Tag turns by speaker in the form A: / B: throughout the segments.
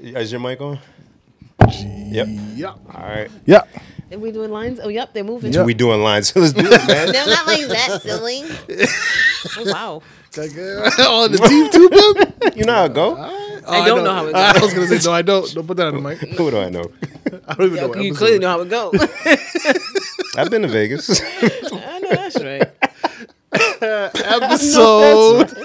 A: Is your mic on? Yep.
B: Yeah.
A: All right.
B: Yeah.
C: Are we doing lines? Oh, yep, they're moving.
A: We doing lines, so let's do it, man.
C: They're not like that, silly. Oh, wow.
B: on Oh, the team too, Pimp?
A: You know how it go?
B: Oh,
D: I don't know how it
B: I was gonna say no. I don't. Don't put that on the mic.
A: Who do I know?
B: I don't even know.
D: Yo,
B: What
D: you
B: episode.
D: clearly know how it goes.
A: I've been to Vegas.
D: I know that's right.
B: episode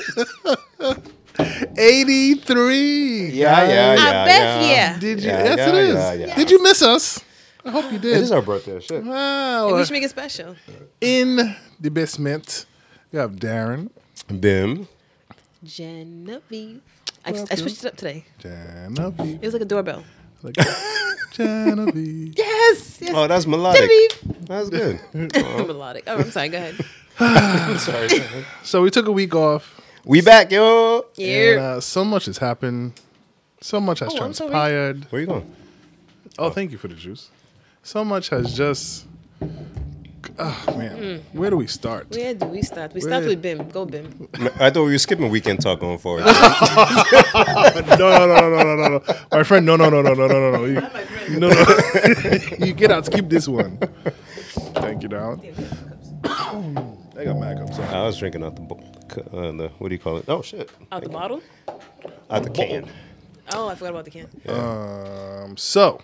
B: eighty three.
A: Yeah, yeah, yeah.
C: I bet yeah.
B: Did you?
A: Yeah,
B: yes,
A: yeah,
B: it is.
A: yeah, yeah.
B: Did you miss us? I hope you
A: It
B: did.
A: is our birthday. Shit.
B: Wow.
C: We should make it special.
B: In the basement, we have Darren,
A: Bim.
C: Genevieve. I, I switched it up today.
B: Genevieve,
C: It was like a doorbell.
B: like Genevieve.
C: Yes. yes.
A: Oh, that's melodic.
C: Genevieve.
A: That's good.
C: Melodic. Oh, I'm sorry. Go ahead.
A: I'm sorry.
B: So we took a week off,
A: we back, yo.
B: and
C: Yeah.
B: uh, so much has happened. So much has
C: Oh, I'm sorry.
B: transpired.
A: Where you going?
B: Oh, thank you for the juice. So much has just. Oh man, where do we start?
C: Where do we start? We start
B: Where-
C: with Bim. Go Bim.
A: I thought we were skipping weekend talk going forward.
B: no, no, no, no, no, no, no. My friend, no, no, no, no, no, no, no, no. You, no, no. you get out. Skip this one. Thank you, darling. I got my cups.
A: I was drinking out the, bo- c- uh, the what do you call it? Oh shit,
C: Out the bottle.
A: out the can.
C: Oh, I forgot about the can.
B: Um, so,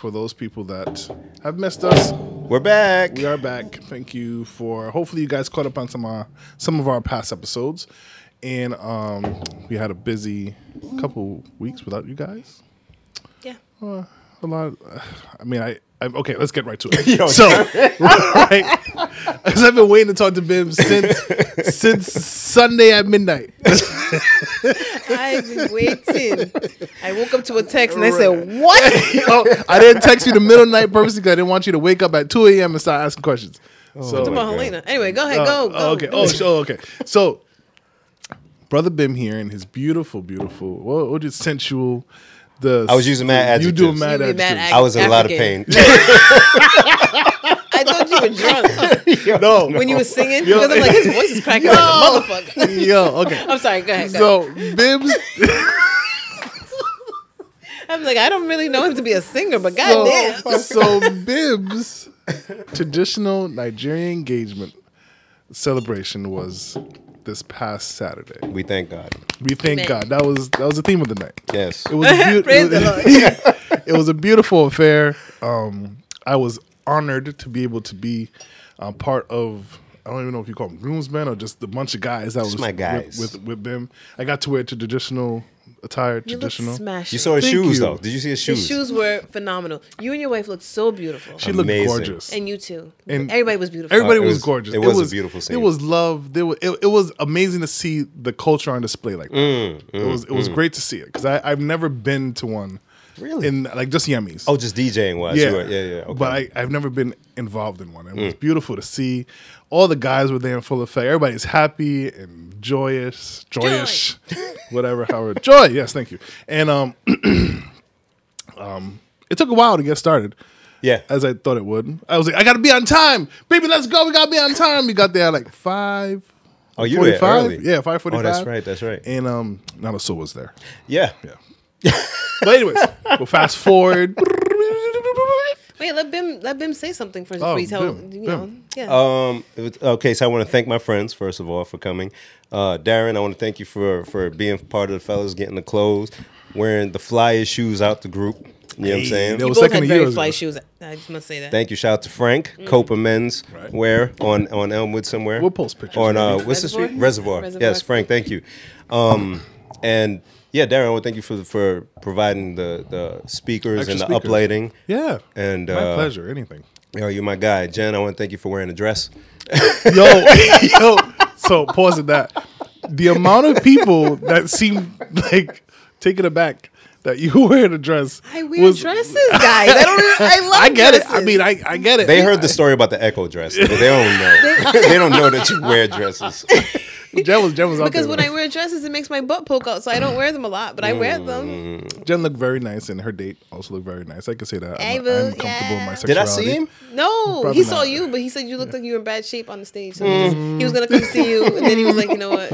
B: for those people that have missed us,
A: We're back.
B: we are back. Thank you for. Hopefully, you guys caught up on some uh, some of our past episodes, and um, we had a busy couple weeks without you guys.
C: Yeah.
B: a lot. I mean, I. I'm, okay, let's get right to it.
A: Yo.
B: so, right, because I've been waiting to talk to Bim since since Sunday at midnight.
C: I've been waiting. I woke up to a text and I said, "What?"
B: Yo, I didn't text you the middle of night purposely because I didn't want you to wake up at 2 a.m. and start asking questions.
A: Oh,
B: so,
C: Come on, Helena. Anyway, go ahead. Go.
B: Oh,
C: go.
B: okay. Oh, so- oh, okay. So, brother Bim here in his beautiful, beautiful, what what is sensual? The
A: I was using mad
B: You do
A: adjectives.
B: mad
C: You be mad
B: adjectives.
A: I was in a lot of pain.
C: African. I thought you were drunk
B: no.
C: when you were singing because I'm like, his voice is cracking like a motherfucker.
B: Yo, okay.
C: I'm sorry. Go ahead. Go ahead.
B: So Bim's
C: I'm like, I don't really know him to be a singer, but goddamn.
B: so, so Bib's traditional Nigerian engagement celebration was this past Saturday.
A: We thank God.
B: We thank
C: Amen.
B: God. That was that was the theme of the night.
A: Yes.
B: It was a beau-
C: Praise the
B: it was a beautiful affair. Um, I was honored to be able to be uh, part of. I don't even know if you call them groomsmen or just the bunch of guys that was
A: my guys.
B: With, with with them. I got to wear traditional attire,
C: You look
B: traditional.
C: smashed.
A: You saw his
B: Thank
A: shoes
B: you.
A: though. Did you see his
C: Your
A: shoes?
C: shoes were phenomenal. You and your wife looked so beautiful.
B: She looked
A: Amazing.
B: gorgeous.
C: and you too.
B: And-
C: everybody was beautiful.
B: Everybody
A: Uh, it
B: was,
A: was-
B: gorgeous.
A: it was a beautiful
B: It
A: scene.
B: was love. There was, it, it was amazing to see the culture on display like that.
A: Mm,
B: it was it was great to see it because I've never been to one.
A: Really?
B: In like just yummies.
A: Oh, just DJing wise.
B: yeah,
A: You were, yeah, yeah. Okay. Mm.
B: But I, I've never been involved in one. It was beautiful to see. All the guys were there in full effect. Everybody's happy and joyous, joyous, whatever. Howard, joy. Yes, thank you. And um, um, it took a while to get started
A: yeah.
B: as I thought it would. I was like, I gotta be on time, baby. Let's go. We gotta be on time. We got there at like five.
A: Oh, you were there
B: 45?
A: early.
B: Yeah, five forty-five.
A: Oh, that's right. That's right.
B: And um, not a soul was there.
A: yeah.
B: But anyways, we'll fast forward.
C: Wait, let Bim let Bim say something first
B: Oh,
C: before you tell
B: Bim, Uh,
C: you know.
B: Bim.
C: Yeah.
A: Um. it was- okay. So I want to thank my friends first of all for coming. Uh, Darren, I want to thank you for for being part of the fellas, getting the clothes, wearing the flyest shoes out the group. You know what I'm
B: Hey,
A: saying?
B: that
C: you
B: was
C: both
B: second
C: had
B: to
C: very
B: yours.
C: fly shoes. I just must say that.
A: Thank you. Shout out to Frank Copa Men's
B: Right.
A: Wear on on Elmwood somewhere.
B: We'll post pictures,
A: On uh,
B: maybe.
A: what's the
C: Reservoir?
A: street? Reservoir.
C: Reservoir.
A: Yes, Frank. Thank you. Um, and yeah, Darren, I want to thank you for for providing the the speakers
B: Extra
A: and the
B: speakers.
A: uplighting.
B: Yeah,
A: And
B: my
A: uh,
B: pleasure. Anything.
A: You know, you're my guy, Jen. I want to thank you for wearing a dress.
B: yo, yo. So pause at that. The amount of people that seemed like taken aback that you were wearing a dress.
C: I wear dresses, guys. I don't. even- I love.
B: I get
C: dresses.
B: it. I mean, I, I get it.
A: They heard the story about the echo dress, but they don't know. they don't know that you wear dresses.
B: Jen was Jen was out
C: because
B: there.
C: when I wear dresses, it makes my butt poke out, so I don't wear them a lot, but I wear
B: Mm.
C: them.
B: Jen looked very nice, and her date also looked very nice. I can say that.
C: Hey,
B: I'm,
C: boo,
B: I'm comfortable in
C: yeah.
B: my
A: Did I
B: sexuality.
A: see him?
C: No,
B: Probably
C: he saw
B: not. Mm.
C: you, but he said you looked like you were in bad shape on the stage. So he, just- he was gonna come see you, and then he was like, you know what?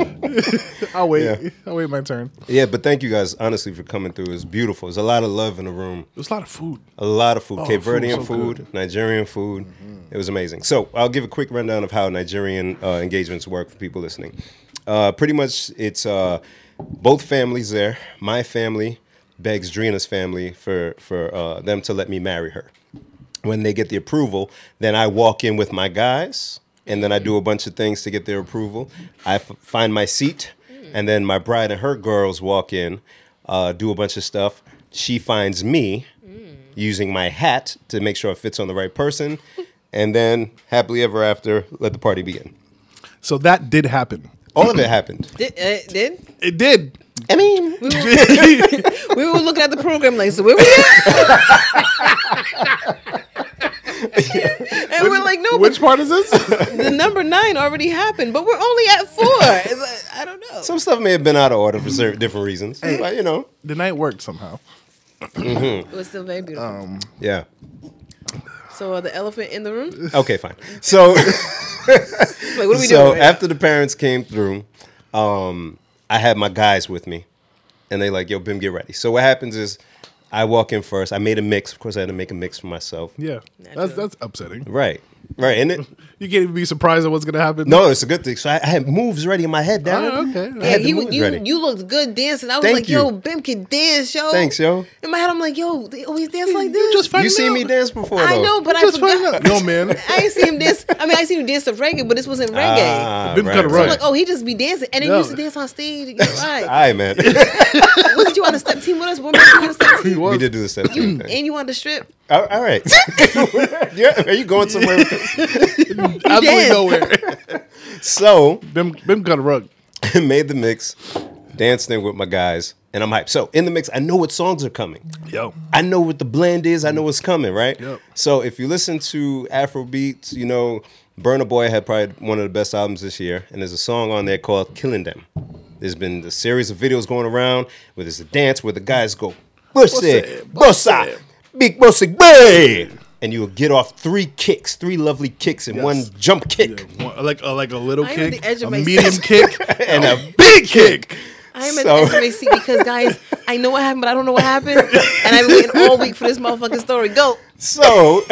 B: I'll wait.
A: Yeah.
B: I'll wait my turn. It
A: Yeah, but thank you guys honestly for coming through. It's beautiful. There's a lot of love in the room.
B: was a lot of food.
A: A lot of food, Cape
B: food's
A: Verdean
B: Oh, so
A: food,
B: good. Mm-hmm.
A: Nigerian food. It was amazing. So I'll give a quick rundown of how Nigerian uh, engagements work for people listening. Uh, pretty much, it's uh, both families there. My family begs Drina's family for for uh, them to let me marry her. When they get the approval, then I walk in with my guys, and then I do a bunch of things to get their approval. I f- find my seat, and then my bride and her girls walk in, uh, do a bunch of stuff. She finds me using my hat to make sure it fits on the right person, and then happily ever after, let the party begin.
B: So that did happen.
A: All of it happened.
C: Did, uh, did
B: It did.
A: I mean,
C: we were looking at the program like, so where we at? and we're like, no,
B: Which part is this?
C: but the number nine already happened, but we're only at four. It's like, I don't know.
A: some stuff may have been out of order for certain different reasons, but you know,
B: the night worked somehow.
C: it was still very beautiful.
A: Oh. yeah.
C: so uh, the elephant in the room.
A: Okay, fine. So,
C: Like, what are we
A: so
C: doing? right
A: after the parents came through, um, I had my guys with me, and they like, "Yo, Bim, get ready." So what happens is, I walk in first. I made a mix. Of course, I had to make a mix for myself.
B: Yeah, that's that's upsetting.
A: Right, right, and it.
B: You can't even be surprised at what's gonna happen.
A: No, it's a good thing. So I, I had moves ready in my head, down.
B: Oh, okay.
A: I
C: Yeah,
A: had the
C: you,
A: moves
C: you,
A: ready.
C: you looked good dancing. I was
A: Thank
C: like, yo,
A: you.
C: Bim can dance, yo.
A: Thanks, yo.
C: In my head, I'm like, yo, they always dance like this.
B: just find
A: You seen
B: out.
A: me dance before, though.
C: I know, but I
B: Just find
C: forgot.
B: out. No man.
C: I ain't seen him dance. I mean, I seen him dance to reggae, but this wasn't reggae.
A: Ah,
B: Been kinda
C: I'm
B: right.
C: like, oh, he just be dancing, and then
B: Yeah.
C: you used to dance on stage. You know, right?
A: All right, man.
C: Wasn't you on the step team with us? Weren't you on the step team?
A: we did do the same thing.
C: And you on the strip?
A: All, all right. yeah, are you going somewhere with this?
B: absolutely
C: did.
B: nowhere.
A: So,
B: Bim Bim got a rug.
A: made the mix, dancing with my guys, and I'm hyped. So, in the mix, I know what songs are coming.
B: Yo,
A: I know what the blend is. I know what's coming, right?
B: Yep.
A: So if you listen to Afrobeats, you know, Burna Boy had probably one of the best albums this year, and there's a song on there called "Killing Them." There's been a series of videos going around where there's a dance where the guys go "Bossa, bossa, big bossa, bay," and you will get off three kicks, three lovely kicks, and one jump kick.
B: One- like a, like a little
C: I am
B: kick,
C: the edge of
B: a
C: my
B: medium kick,
A: And a
B: big kick.
C: I am
A: So-
C: at the edge of my seat because, guys, I know what happened, but I don't know what happened, and I've been waiting all week for this motherfucking story. Go.
A: So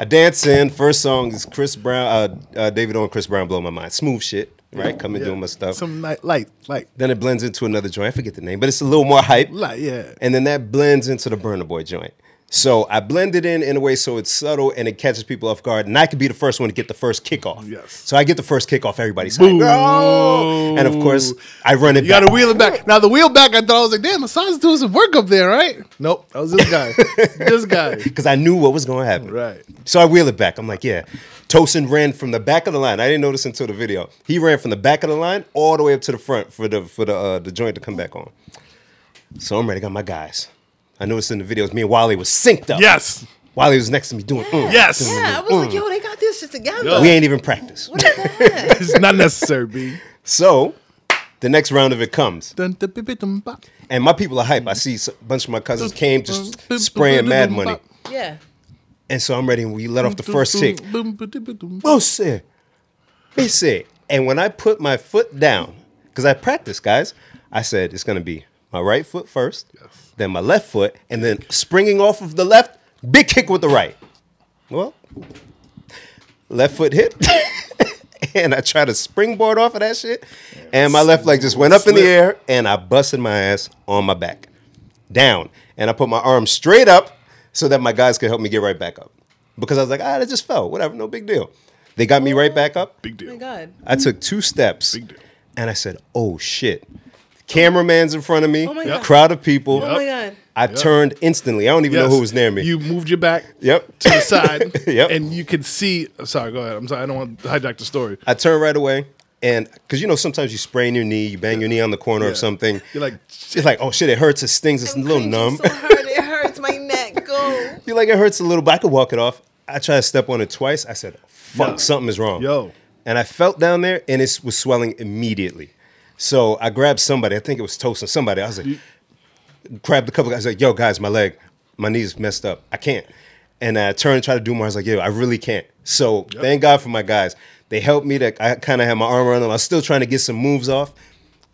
A: I dance in. First song is Chris Brown, uh, uh, David O. and Chris Brown, blow my mind. Smooth shit, right? Coming doing my stuff.
B: Some light, light, light,
A: Then it blends into another joint. I forget the name, but it's a little more hype.
B: light. Yeah,
A: And then that blends into the Burner Boy joint. So I blend it in in a way so it's subtle and it catches people off guard. And I could be the first one to get the first kickoff.
B: Yes.
A: So I get the first kickoff. Everybody's like, "Oh!" And of course, I run it
B: you got
A: back.
B: to wheel it back. Now the wheel back, I thought I was like, damn, Masan's doing some work up there, right? Nope, that was this guy, this guy.
A: Because I knew what was going to happen.
B: Right.
A: So I wheel it back. I'm like, yeah. Tosin ran from the back of the line. I didn't notice until the video. He ran from the back of the line all the way up to the front for the for the uh, the joint to come back on. So I'm ready. Got my guys. I noticed in the videos, me and Wally was synced up.
B: Yes,
A: While he was next to me doing, mm,
B: Yes.
A: doing-
C: Yeah, I was like, yo, they got this shit together.
A: we ain't even practiced.
C: What is that?
B: it's not necessary, B.
A: So the next round of it comes,
B: Dun, dun, dun, dun, dun, bop.
A: and my people are hype. I see s- a bunch of my cousins came just spraying mad money,
C: Yeah.
A: and so I'm ready. And we let off the first kick.
B: Boom, boom, boom, boom, boom.
A: Bose, Bose. And when I put my foot down, because I practiced, guys, I said it's gonna be my right foot first, then my left foot, and then springing off of the left, big kick with the right. Well, left foot hit. And I tried to springboard off of that shit, and my left leg just went up in the air, and I busted my ass on my back, down, and I put my arm straight up so that my guys could help me get right back up, because I was like, ah, that just fell, whatever, no big deal. They got me right back up.
B: Big
C: Oh my
B: deal.
C: God.
A: I took two steps,
B: Big deal.
A: and I said, oh shit, cameraman's in front of me,
C: Oh my God.
A: crowd of people.
C: Oh my God.
A: I turned instantly. I don't even know who
B: Yes.
A: was near me.
B: You moved your back
A: yep.
B: to the side,
A: Yep.
B: and you could see. Sorry, go ahead. I'm sorry. I don't want to hijack the story.
A: I turn right away, and because you know sometimes you sprain your knee, you bang your knee on the corner
B: Yeah.
A: of something.
B: You're like,
A: it's like, oh shit, it hurts, it stings, it's
C: I'm
A: a little
C: cringing
A: numb.
C: So hard, it hurts my neck. Go.
A: You're like, it hurts a little, but I could walk it off. I try to step on it twice. I said, fuck,
B: Yo.
A: something is wrong.
B: Yo.
A: And I felt down there and it was swelling immediately. So I grabbed somebody, I think it was Tosin, somebody. I was like, grabbed a couple guys, like, yo, guys, my leg, my knee's messed up. I can't. And I turned and tried to do more. I was like, yo, I really can't. So thank God for my guys. They helped me to, I kind of had my arm around them. I was still trying to get some moves off.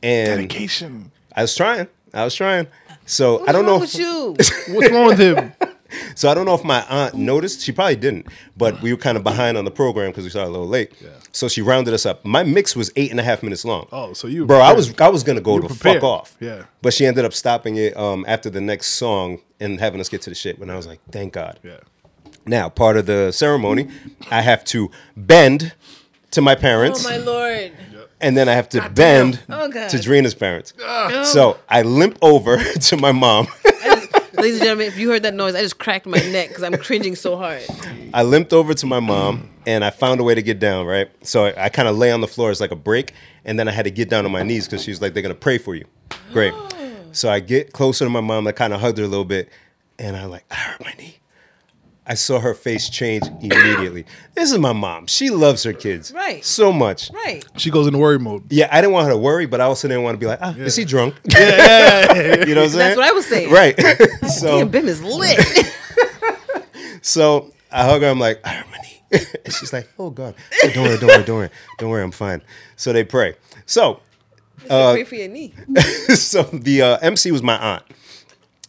A: And
B: Medication.
A: I was trying. I was trying. So I
C: What's
A: don't
C: wrong
A: know.
C: With
A: If,
C: you?
B: What's wrong with him?
A: so I don't know if my aunt noticed. She probably didn't, but we were kind of behind on the program because we started a little late. So she rounded us up. My mix was eight and a half minutes long.
B: Oh, so you were
A: bro? I
B: prepared.
A: was I was gonna go to
B: prepared.
A: fuck off.
B: Yeah.
A: But she ended up stopping it um, after the next song and having us get to the shit. When I was like, thank God.
B: Yeah.
A: Now part of the ceremony, I have to bend to my
C: Oh
A: parents,
C: my lord!
A: and then I have to bend
C: Oh, God. Oh.
A: to Drina's parents. So I limp over to my mom.
C: Ladies and gentlemen, if you heard that noise, I just cracked my neck because I'm cringing so hard.
A: I limped over to my mom and I found a way to get down, right? So I, I kind of lay on the floor as like a break. And then I had to get down on my knees because she was like, they're going to pray for you. Great.
C: Oh.
A: So I get closer to my mom. I kind of hugged her a little bit. And I like, I hurt my knee. I saw her face change immediately. this is my mom. She loves her kids
C: Right.
A: so much.
C: Right?
B: She goes into worry mode.
A: Yeah, I didn't want her to worry, but I also didn't want to be like, ah, is he drunk? you know what I'm saying?
C: That's what I was saying.
A: Right. so,
C: Damn, Bim is lit.
A: So I hug her. I'm like, I hurt my knee. And she's like, Oh God, Oh, don't worry, don't worry, don't worry, don't worry, I'm fine. So they pray. So, uh,
C: Pray for your knee.
A: so the uh, MC was my aunt.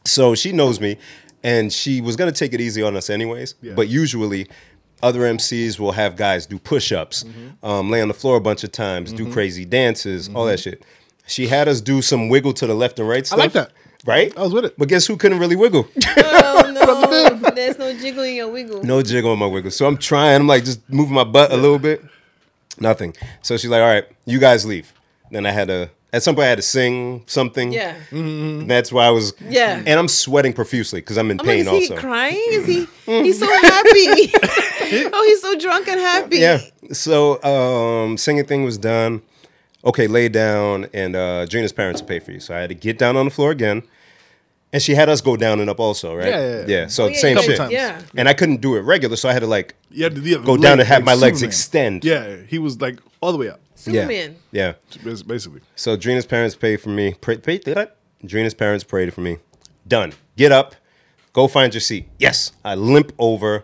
A: So she knows me, and she was gonna take it easy on us anyways. But usually, other MCs will have guys do push-ups,
B: Mm-hmm.
A: um, lay on the floor a bunch of times, do crazy dances, all that shit. She had us do some wiggle to the left and right stuff.
B: Mm-hmm. like that.
A: Right?
B: I was with it.
A: But guess who couldn't really wiggle?
C: Oh no! There's no jiggle in your wiggle.
A: no jiggle on my wiggle. So I'm trying. I'm like just moving my butt a little bit. Nothing. So she's like, "All right, you guys leave." Then I had to. At some point, I had to sing something.
C: Yeah.
A: And that's why I was.
C: Yeah.
A: And I'm sweating profusely because I'm in
C: I'm like,
A: pain
C: is he
A: also.
C: crying? Is he? He's so happy. Mm. oh, he's so drunk and happy.
A: yeah. So um, singing thing was done. Okay, lay down, and uh, Gina's parents will pay for you. So I had to get down on the floor again, and she had us go down and up also, right?
B: Yeah, yeah, yeah.
A: so
C: Oh, yeah,
A: same
C: yeah,
A: shit.
B: times.
C: Yeah.
A: And I couldn't do it regular, so I had to like
B: Yeah, the, the
A: Go
B: leg,
A: down and have my legs
B: Superman.
A: extend.
B: Yeah, he was like all the way up,
C: Superman.
A: yeah, yeah.
B: bas- basically.
A: So Drina's parents paid for me. Pray, pray, that? Drina's parents prayed for me. Done. Get up. Go find your seat. Yes. I limp over.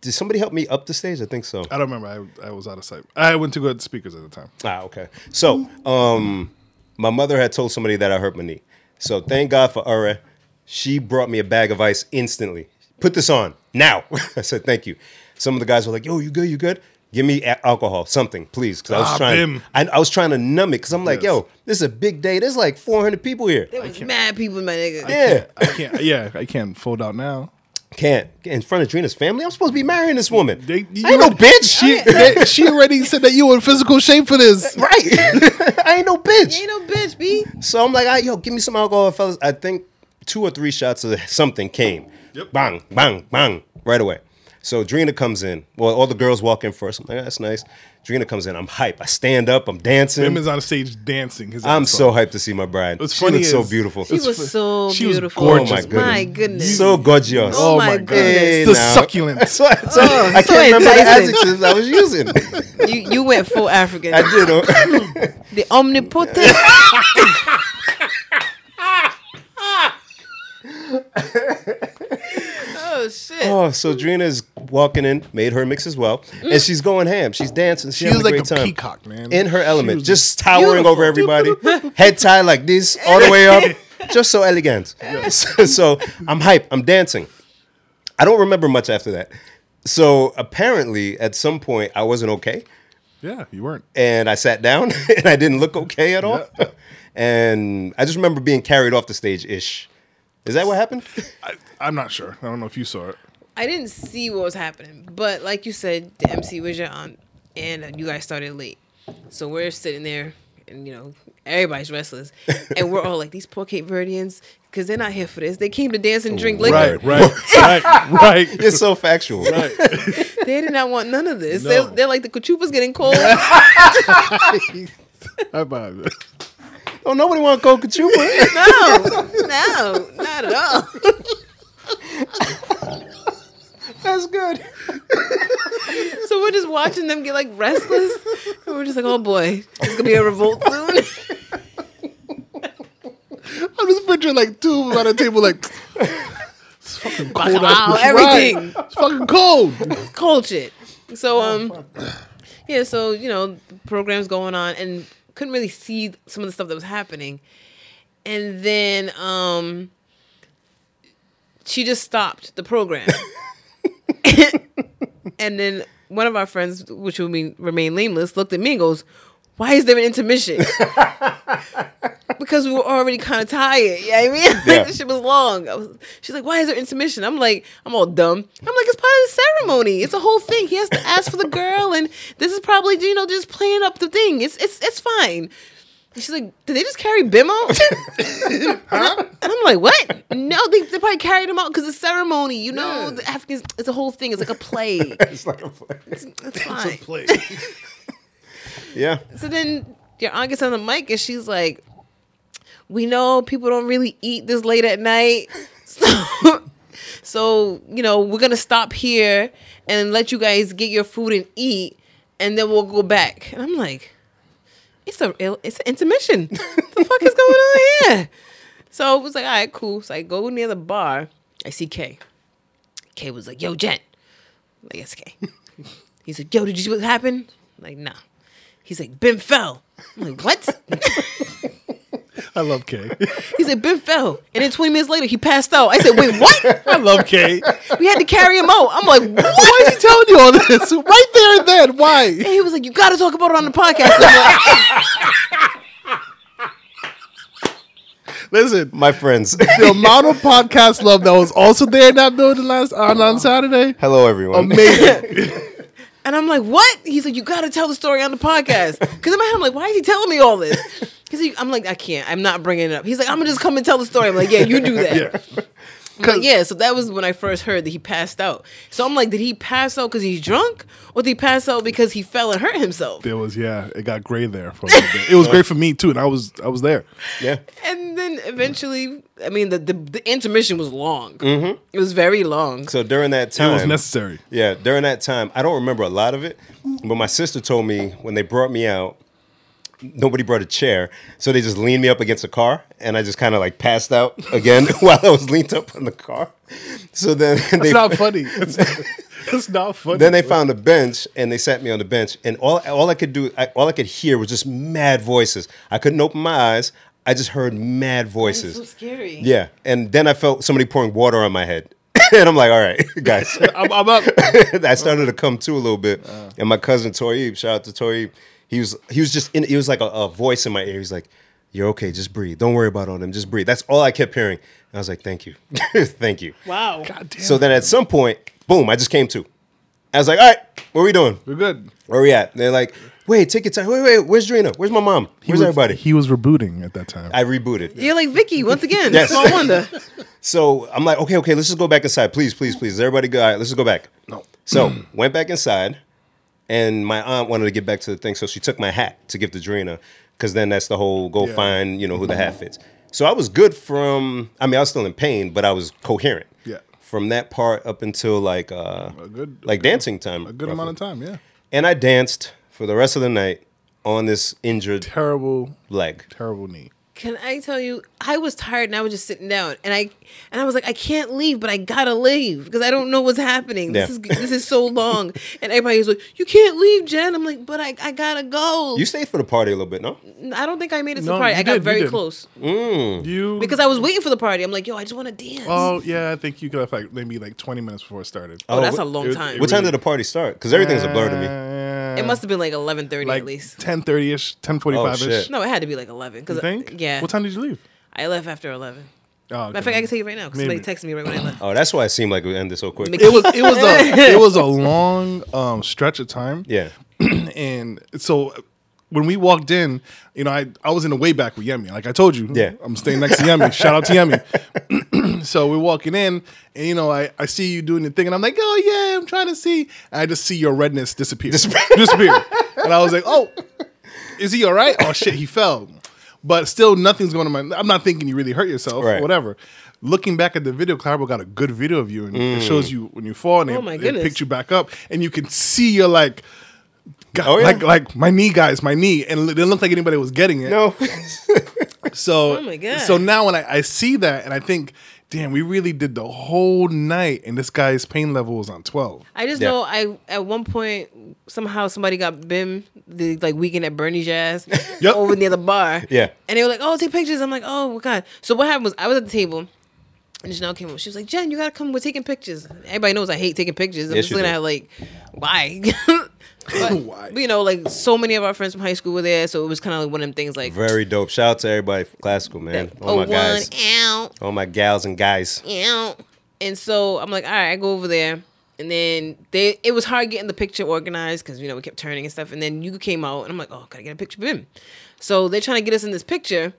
A: Did somebody help me up the stage? I think so.
B: I don't remember. I, I was out of sight. I went to go to the speakers at the time.
A: Ah, okay. So, um, my mother had told somebody that I hurt my knee. So thank God for Ura. She brought me a bag of ice instantly. Put this on now. I said thank you. Some of the guys were like, "Yo, you good? You good? Give me a- alcohol, something, please." Because I was
B: Ah,
A: trying,
B: bim.
A: I, I was trying to numb it. Because I'm like,
B: Yes.
A: "Yo, this is a big day. There's like 400 people here."
C: There was mad people, my nigga.
A: Yeah,
B: I can't. yeah, I can't fold out now.
A: can't in front of Drina's family. I'm supposed to be marrying this woman.
B: They- you
A: I ain't no
B: already-
A: bitch.
B: She, they- she already said that you were in physical shape for this.
A: right. I ain't no bitch.
C: Ain't no bitch, b.
A: So I'm like, all right, yo, give me some alcohol, fellas. I think two or three shots of something came.
B: Yep.
A: Bang, bang, bang, right away. So Drina comes in. Well, all the girls walk in first. I'm like, that's nice. Drina comes in. I'm hype. I stand up. I'm dancing.
B: Simmons on stage dancing. His
A: I'm
B: ass
A: so
B: off.
A: hyped to see my bride.
B: What's
A: she
B: funny
A: looks so
B: is-
A: beautiful.
C: She
B: It's
C: was
B: fu-
C: so
B: she was
C: beautiful.
B: gorgeous.
A: Oh my goodness.
C: My goodness.
A: so gorgeous.
C: Oh
B: Oh
C: my
B: my
C: goodness.
A: Hey,
B: the
A: now.
B: succulence.
A: So, so, I can't
C: so
A: remember the
C: enticing.
A: adjectives I was using.
C: you, you went full African.
A: I did. uh,
C: the omnipotent. oh shit!
A: Oh, so Drina's walking in, made her mix as well, and she's going ham. She's dancing. She,
B: She
A: having
B: was
A: a
B: like
A: great
B: a
A: time.
B: peacock, man.
A: in her element, just towering over everybody,
C: beautiful.
A: head tied like this all the way up, just so elegant. So, so I'm hype. I'm dancing. I don't remember much after that. So apparently, at some point, I wasn't okay,
B: yeah, you weren't.
A: and I sat down, and I didn't look okay at all, and I just remember being carried off the stage ish. Is that what happened?
B: I, I'm not sure. I don't know if you saw it.
C: I didn't see what was happening, but like you said, the MC was your aunt, and you guys started late, so we're sitting there, and you know everybody's restless, and we're all like these poor Cape Verdeans, because they're not here for this. They came to dance and drink liquor.
B: Right, right, right, right.
A: It's so factual.
C: They did not want none of this.
B: No.
C: They're, they're like the kachupa's getting cold.
B: High five.
A: Oh, nobody want Coca Chupa.
C: no, no, not at all.
A: That's good.
C: So we're just watching them get like restless. And we're just like, oh boy, it's gonna be a revolt soon.
B: I'm just picturing like two of them at a table, like it's fucking cold
C: Wow,
B: out. Right.
C: everything.
B: It's fucking cold.
C: Cold shit. So um, yeah. So you know, programs going on, and couldn't really see some of the stuff that was happening. And then um, she just stopped the program. and then one of our friends, which will be, remain nameless, looked at me and goes, "Why is there an intermission?" because we were already kind of tired. Yeah, you know what I mean,
A: Yeah.
C: like, this shit was long. I was, she's like, "Why is there intermission?" I'm like, "I'm all dumb." I'm like, "It's part of the ceremony. It's a whole thing. He has to ask for the girl, and this is probably you know just playing up the thing. It's it's it's fine." And she's like, "Did they just carry Bimo?" And I'm like, what? No, they, they probably carried him out because it's ceremony. You know,
B: Yeah.
C: the Africans, it's a whole thing. It's like a play.
A: It's like a play.
C: It's fine.
B: Play.
A: Yeah.
C: So then your aunt gets on the mic and she's like, we know people don't really eat this late at night. So, so you know, we're going to stop here and let you guys get your food and eat. And then we'll go back. And I'm like, it's a it's an intermission. What the fuck is going on here? So it was like, all right, cool. So I go near the bar. I see Kay. Kay was like, yo, Jen. I'm like, yes, Kay. He's like, yo, did you see what happened? I'm like, nah. He's like, Ben fell. I'm like, what?
B: I love Kay.
C: He's like, Ben fell. And then 20 minutes later, he passed out. I said, wait, what?
B: I love Kay. Why
C: We had to carry him out. I'm like, what?
B: is he telling you all this? Right there and then. Why?
C: And he was like, you got to talk about it on the podcast. I'm like,
B: Listen,
A: My friends.
B: the amount of podcast love that was also there in that building last on, on Saturday.
A: Hello, everyone.
B: Amazing.
C: and I'm like, what? He's like, you got to tell the story on the podcast. Because in my head, I'm like, why is he telling me all this? He's like, I'm like, I can't. I'm not bringing it up. He's like, I'm going to just come and tell the story. I'm like, yeah, you do that. I'm like, yeah, so that was when I first heard that he passed out. So I'm like, did he pass out because he's drunk, or did he pass out because he fell and hurt himself?
B: There was yeah, it got gray there for a little bit. It was great for me too, and I was I was there.
A: Yeah.
C: And then eventually, I mean, the the, the intermission was long. Mm-hmm. It was very long.
A: So during that
B: It
A: time,
B: was necessary.
A: Yeah, during that time, I don't remember a lot of it, but my sister told me when they brought me out, nobody brought a chair, so they just leaned me up against a car, and I just kind of like passed out again while I was leaned up on the car. So then they
B: It's not funny. It's, it's not funny.
A: then they found a bench and they sat me on the bench, and all all I could do, I, all I could hear was just mad voices. I couldn't open my eyes. I just heard mad voices.
C: so scary.
A: Yeah, and then I felt somebody pouring water on my head. and I'm like, all right, guys.
B: I'm, I'm up.
A: I started to come to a little bit.
B: Uh.
A: And my cousin Toyib, shout out to Toyib, he was he was just in it was like a, a voice in my ear. He was like, You're okay, just breathe. Don't worry about all them, just breathe. That's all I kept hearing. And I was like, Thank you. Thank you.
D: Wow.
B: God damn.
A: So then at some point, boom, I just came to. I was like, All right, what are we doing?
B: we're good.
A: Where we at? And they're like, Wait, take your time. Wait, wait, where's Drina? Where's my mom? Where's
B: was,
A: everybody?
B: He was rebooting at that time.
A: I rebooted.
C: You're like Vicky once again.
A: Yes.
C: Small wonder.
A: So I'm like, okay, okay, let's just go back inside, please, please, please. Is everybody go? All right, let's just go back. No. So went back inside, and my aunt wanted to get back to the thing, so she took my hat to give to Drina, because then that's the whole go
B: Yeah.
A: find, you know, who the hat fits. So I was good from. I mean, I was still in pain, but I was coherent.
B: Yeah.
A: From that part up until like uh,
B: A good-
A: like dancing time,
B: a good amount of time. Yeah.
A: and I danced for the rest of the night on this injured
B: Terrible,
A: leg.
B: terrible knee.
C: Can I tell you? I was tired and I was just sitting down, and I and I was like, I can't leave, but I gotta leave because I don't know what's happening. This
A: Yeah.
C: is this is so long, and everybody was like, "You can't leave, Jen." I'm like, "But I, I gotta go."
A: You stayed for the party a little bit, no?
C: I don't think I made it to
B: No,
C: the party.
B: you
C: I got
B: did, you
C: very
B: did.
C: close
A: Mm. Hmm.
B: You
C: because I was waiting for the party. I'm like, "Yo, I just want to dance."
B: Oh yeah, I think you could have like maybe like twenty minutes before it started.
C: oh, that's
A: what-
C: a long
B: it-
C: time.
A: What time did the party start? Because everything's a blur to me.
B: me.
C: It must have been like 11:30
B: Uh, like
C: at least.
B: ten thirty ish, ten forty five
A: Oh, shit.
B: ish.
C: No, it had to be like 11. Cause
B: You think?
C: Yeah.
B: What time did you leave?
C: I left after 11.
B: Oh, okay.
C: Matter of fact, I can tell you right now because
B: Maybe.
C: somebody texted me right when I left.
A: Oh, that's why it seemed like we ended so quick.
B: it was it was a it was a long um, stretch of time.
A: Yeah.
B: and so when we walked in, you know, I, I was in the way back with Yemi. Like I told you,
A: Yeah.
B: I'm staying next to Yemi. Shout out to Yemi. so we're walking in, and you know, I, I see you doing the thing, and I'm like, oh yeah, I'm trying to see. And I just see your redness disappear, disappear, and I was like, oh, is he all right? Oh shit, he fell. But still, nothing's going to my. I'm not thinking you really hurt yourself
A: Right.
B: or whatever. looking back at the video, Claro got a good video of you, and it shows you when you fall, and
C: Oh
B: they,
C: my
B: they picked
C: goodness.
B: you back up, and you can see you're like. God,
A: Oh, yeah.
B: Like like my knee, guys, my knee, and it didn't look like anybody was getting it.
A: No.
B: So,
C: Oh my God.
B: so now when I, I see that and I think, damn, we really did the whole night, and this guy's pain level was on twelve.
C: I just
A: Yeah.
C: know I at one point somehow somebody got Bim the like weekend at Bernie's Jazz
B: Yep.
C: over near the bar.
A: Yeah.
C: And they were like, Oh, take pictures. I'm like, Oh my god. So what happened was I was at the table and Janelle came over. She was like, Jen, you gotta come, we're taking pictures. Everybody knows I hate taking pictures. I'm
A: Yes,
C: just
A: you
C: looking
A: do.
C: at her like, why? but,
B: Why?
C: You know, like so many of our friends from high school were there, so it was kinda like one of them things like
A: Very dope. Shout out to everybody from classical, man. All Oh my
C: one
A: guys.
C: out.
A: All my gals and guys.
C: "Ew." And so I'm like, all right, I go over there. And then they it was hard getting the picture organized because you know we kept turning and stuff. And then you came out and I'm like, oh, gotta get a picture of him. So they're trying to get us in this picture.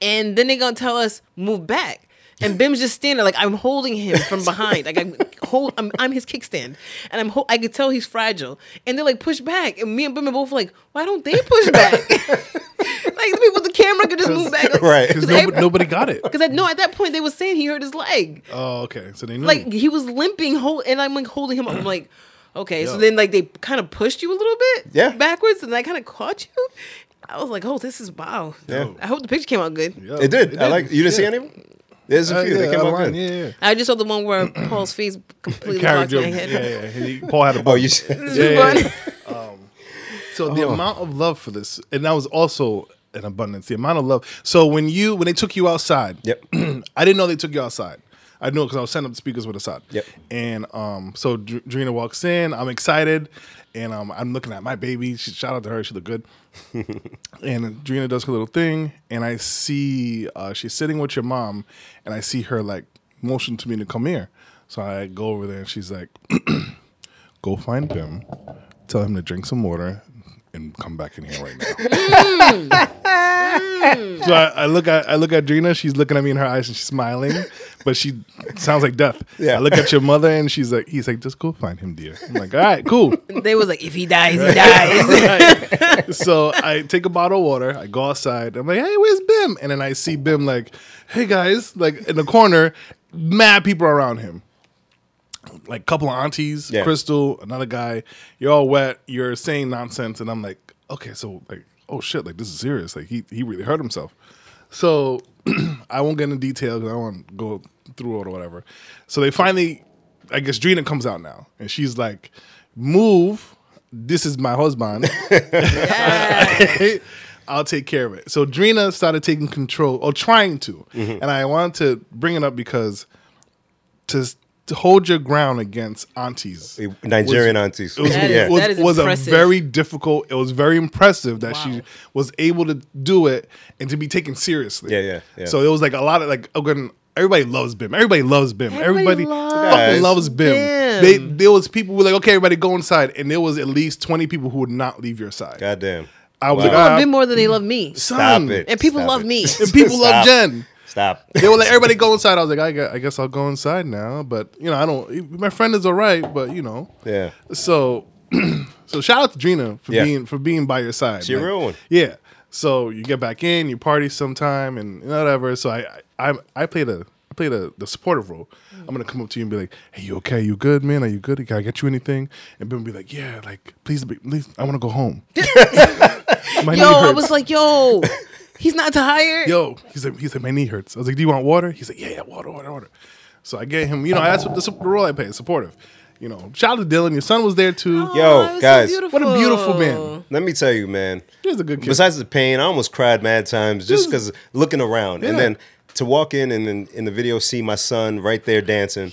C: And then they're gonna tell us, move back. And Bim's just standing there, like I'm holding him from behind. Like I'm hold I'm, I'm his kickstand. And I'm ho- I could tell he's fragile. And they're like, push back. And me and Bim are both like, why don't they push back? like the people with the camera could just move back. Like,
A: Right.
B: 'Cause
C: Every-
B: nobody, nobody got it.
C: Cause I know at that point they were saying he hurt his leg.
B: Oh, okay. So they knew.
C: Like he was limping, hold, and I'm like holding him up. I'm like, okay.
B: Yo.
C: So then like they kind of pushed you a little bit,
A: Yeah.
C: backwards, and I kind of caught you. I was like, oh, this is wow.
A: Yeah.
C: I hope the picture came out good.
B: Yeah,
A: It did. I like. You didn't see
B: Yeah.
A: any of them? There's a
B: Oh. Uh,
A: few. that
B: yeah,
A: came out
B: online,
A: good.
B: Yeah, yeah.
C: I just saw the one where Paul's face completely
B: Carried
C: blocked
B: your,
C: my
B: yeah,
C: head.
B: yeah. He- Paul had a
A: Oh,
B: ball.
A: you.
C: This
B: Yeah,
C: is
B: yeah,
C: fun.
B: yeah. So
A: Uh-huh.
B: the amount of love for this, and that was also an abundance. The amount of love. So when you when they took you outside,
A: Yep.
B: I didn't know they took you outside. I knew it because I was setting up the speakers with Assad.
A: Yep.
B: And um, so Dr- Drina walks in. I'm excited, and um, I'm looking at my baby. She, shout out to her. She looked good. and Drina does her little thing, and I see uh, she's sitting with your mom, and I see her like motion to me to come here. So I go over there, and she's like, "Go find Bim, tell him to drink some water, and come back in here right now." so I, I look at I look at Drina. She's looking at me in her eyes, and she's smiling, but she sounds like death.
A: Yeah.
B: I look at your mother, and she's like, "He's like, just go find him, dear." I'm like, "All right, cool."
C: They was like, if he dies, he dies.
B: Right. so I take a bottle of water. I go outside. I'm like, hey, where's Bim? And then I see Bim like, hey guys, like in the corner, mad people around him. Like couple of aunties,
A: Yeah.
B: Crystal, another guy. You're all wet. You're saying nonsense, and I'm like, okay, so like, oh shit, like this is serious. Like he he really hurt himself. So I won't get into details. 'cause I won't go through it or whatever. So they finally, I guess Drina comes out now, and she's like, "Move, this is my husband. I'll take care of it." So Drina started taking control or trying to,
A: Mm-hmm.
B: and I wanted to bring it up because to, s- to hold your ground against aunties.
A: Nigerian aunties.
B: It was,
C: That
A: yeah.
C: is-
B: was,
C: that is
B: was a
C: impressive.
B: very difficult. It was very impressive that she
C: Wow.
B: was able to do it and to be taken seriously.
A: Yeah, yeah, yeah.
B: So it was like a lot of like again, everybody loves Bim. Everybody loves Bim. Everybody,
C: Everybody
B: fucking
A: loves
B: loves Bim.
C: Bim.
B: They there was people who were like, okay, everybody go inside, and there was at least twenty people who would not leave your side.
A: Goddamn.
B: I was
A: Wow.
B: like, ah,
C: a bit more than they love me,
A: Stop
B: son.
A: it.
C: and people
A: Stop
C: love
A: it.
C: me.
B: And people love
A: Stop.
B: Jen.
A: Stop.
B: They were like, everybody go inside. I was like, I gue- I guess I'll go inside now. But you know, I don't. My friend is all right, but you know,
A: Yeah.
B: so, so shout out to Drina for
A: Yeah.
B: being for being by your side.
A: She a real one.
B: Yeah. So you get back in, you party sometime, and whatever. So I I I- I played a I played a the supportive role. I'm gonna come up to you and be like, "Hey, you okay? You good, man? Are you good? Can I get you anything?" And Ben would be like, "Yeah, like please, be, please, I want to go home." My knee
C: Yo, I
B: hurts.
C: was like, yo, he's not to hire.
B: "Yo," he's like, "He's like my knee hurts." I was like, "Do you want water?" He's like, "Yeah, yeah, water, water, water." So I gave him, you know, that's what the, sup- the role I play, supportive. You know, shout out to Dylan. Your son was there too.
C: Oh,
A: Yo,
C: it was
A: guys.
B: What a beautiful man.
A: Let me tell you, man.
B: He's a good kid.
A: Besides the pain, I almost cried mad times just because looking around and
B: Yeah.
A: then to walk in and then in the video see my son right there dancing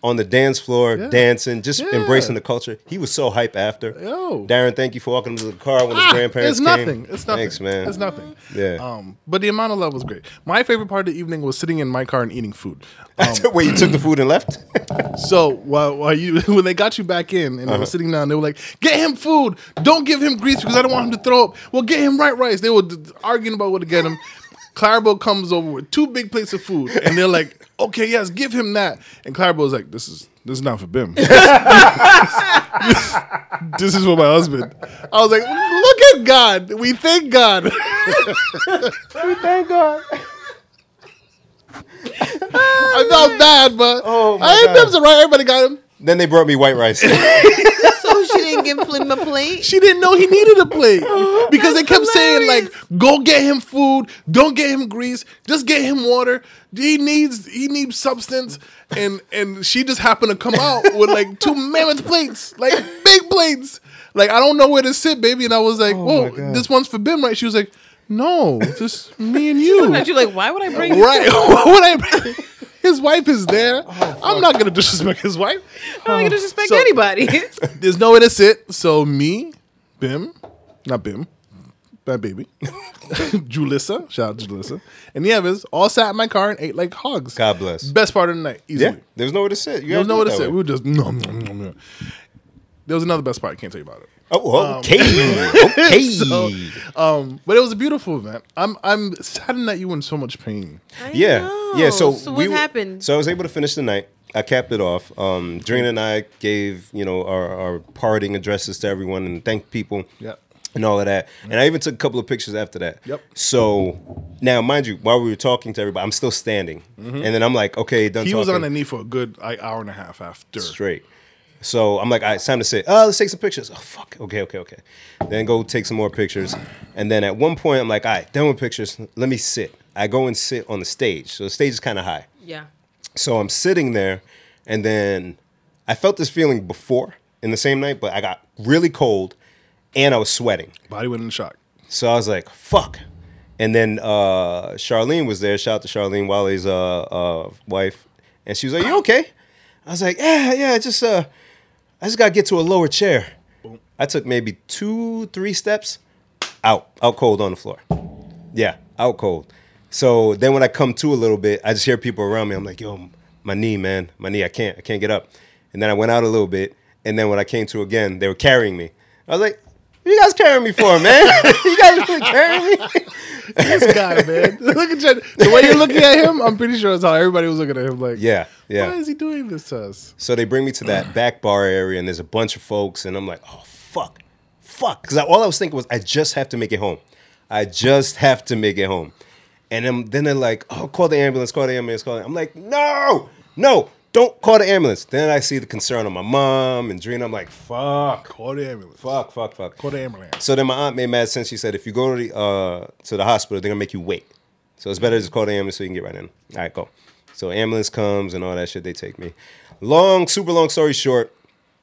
A: on the dance floor, dancing, just
B: Yeah.
A: embracing the culture. He was so hype after.
B: Yo.
A: Darren, thank you for walking him to the car when
B: Ah,
A: his grandparents
B: it's
A: came.
B: nothing. It's nothing.
A: Thanks, man.
B: It's nothing.
A: Yeah.
B: Um, but the amount of love was great. My favorite part of the evening was sitting in my car and eating food. Um,
A: Wait, you took the food and left?
B: so while, while you when they got you back in and they were sitting down, they were like, "Get him food. Don't give him grease because I don't want him to throw up. Well, get him right rice." They were d- arguing about what to get him. Clarabelle comes over with two big plates of food, and they're like, "Okay, yes, give him that." And Clarabelle's like, "This is this is not for Bim. this is for my husband." I was like, "Look at God. We thank God."
A: Thank God.
B: I felt bad, but
A: Oh, my
B: I
A: God.
B: ended up right. Everybody got him.
A: Then they brought me white rice.
C: So she didn't give him a plate.
B: She didn't know he needed a plate because they kept saying like, "Go get him food. Don't get him grease. Just get him water. He needs he needs substance." And and she just happened to come out with like two mammoth plates, like big plates. Like I don't know where to sit, baby. And I was
C: Oh
B: like,
A: my
B: "Whoa,
A: God.
B: this one's for Bim, right?" She was like, "No, just me and you."
C: But you're like, why would I bring? this?
B: right? what I, his wife is there. I'm not gonna disrespect his wife.
C: Oh,
B: Um,
C: I'm
A: Um,
C: not gonna disrespect
B: So-
C: anybody.
B: There's no way to sit. So me, Bim, not Bim, bad baby, Julissa, shout out to Julissa, and the others all sat in my car and ate like hogs.
A: God bless.
B: Best part of the night,
A: Yeah,
B: easily.
A: there was nowhere to sit. You
B: There was
A: had
B: no way
A: do
B: to
A: it
B: sit.
A: that
B: We
A: way.
B: were just nom, nom, nom, nom. There was another best part. I can't tell you about it.
A: Oh, okay, okay.
B: So, um, but it was a beautiful event. I'm I'm saddened that you were in so much pain.
A: yeah, yeah. So,
C: so
A: we
C: what
A: were-
C: happened?
A: So I was able to finish the night. I capped it off. Um, Drina and I gave you know our, our parting addresses to everyone and thanked people.
B: Yeah.
A: And all of that, and I even took a couple of pictures after that.
B: Yep.
A: So now, mind you, while we were talking to everybody, I'm still standing, and then I'm like, okay, done.
B: Mm-hmm. He was on
A: talking.
B: that knee for a good like hour and a half after.
A: straight. So I'm like, all right, it's time to sit. Oh, let's take some pictures. Oh, fuck. Okay, okay, okay. Then go take some more pictures. And then at one point, I'm like, all right, done with pictures. Let me sit. I go and sit on the stage. So the stage is kind of high.
C: yeah.
A: So I'm sitting there, and then I felt this feeling before in the same night, but I got really cold and I was sweating.
B: Body went in shock.
A: So I was like, fuck. And then uh, Charlene was there. Shout out to Charlene Wally's uh, uh, wife. And she was like, you okay? I was like, yeah, yeah. I just, uh, I just got to get to a lower chair. I took maybe two, three steps out, out cold on the floor. Yeah, out cold. So then when I come to a little bit, I just hear people around me. I'm like, yo, my knee, man, my knee, I can't, I can't get up. And then I went out a little bit, and then when I came to again, they were carrying me. I was like, what you guys carrying me for, man? you guys really carrying me?
B: this guy, man. Look at you. The way you're looking at him, I'm pretty sure that's how everybody was looking at him. Like,
A: Yeah, yeah.
B: Why is he doing this to us?
A: So they bring me to that back bar area, and there's a bunch of folks, and I'm like, oh fuck, fuck, because all I was thinking was I just have to make it home, I just have to make it home, and then, then they're like, oh, call the ambulance, call the ambulance, call. The-. I'm like, no, no, don't call the ambulance. Then I see the concern on my mom and Drina. I'm like, fuck,
B: Call the ambulance.
A: fuck, fuck, fuck.
B: Call the ambulance.
A: So then my aunt made mad sense. She said, if you go to the uh, to the hospital, they're gonna make you wait. So it's better to just call the ambulance so you can get right in. All right, go. So ambulance comes and all that shit. They take me. Long, super long story short,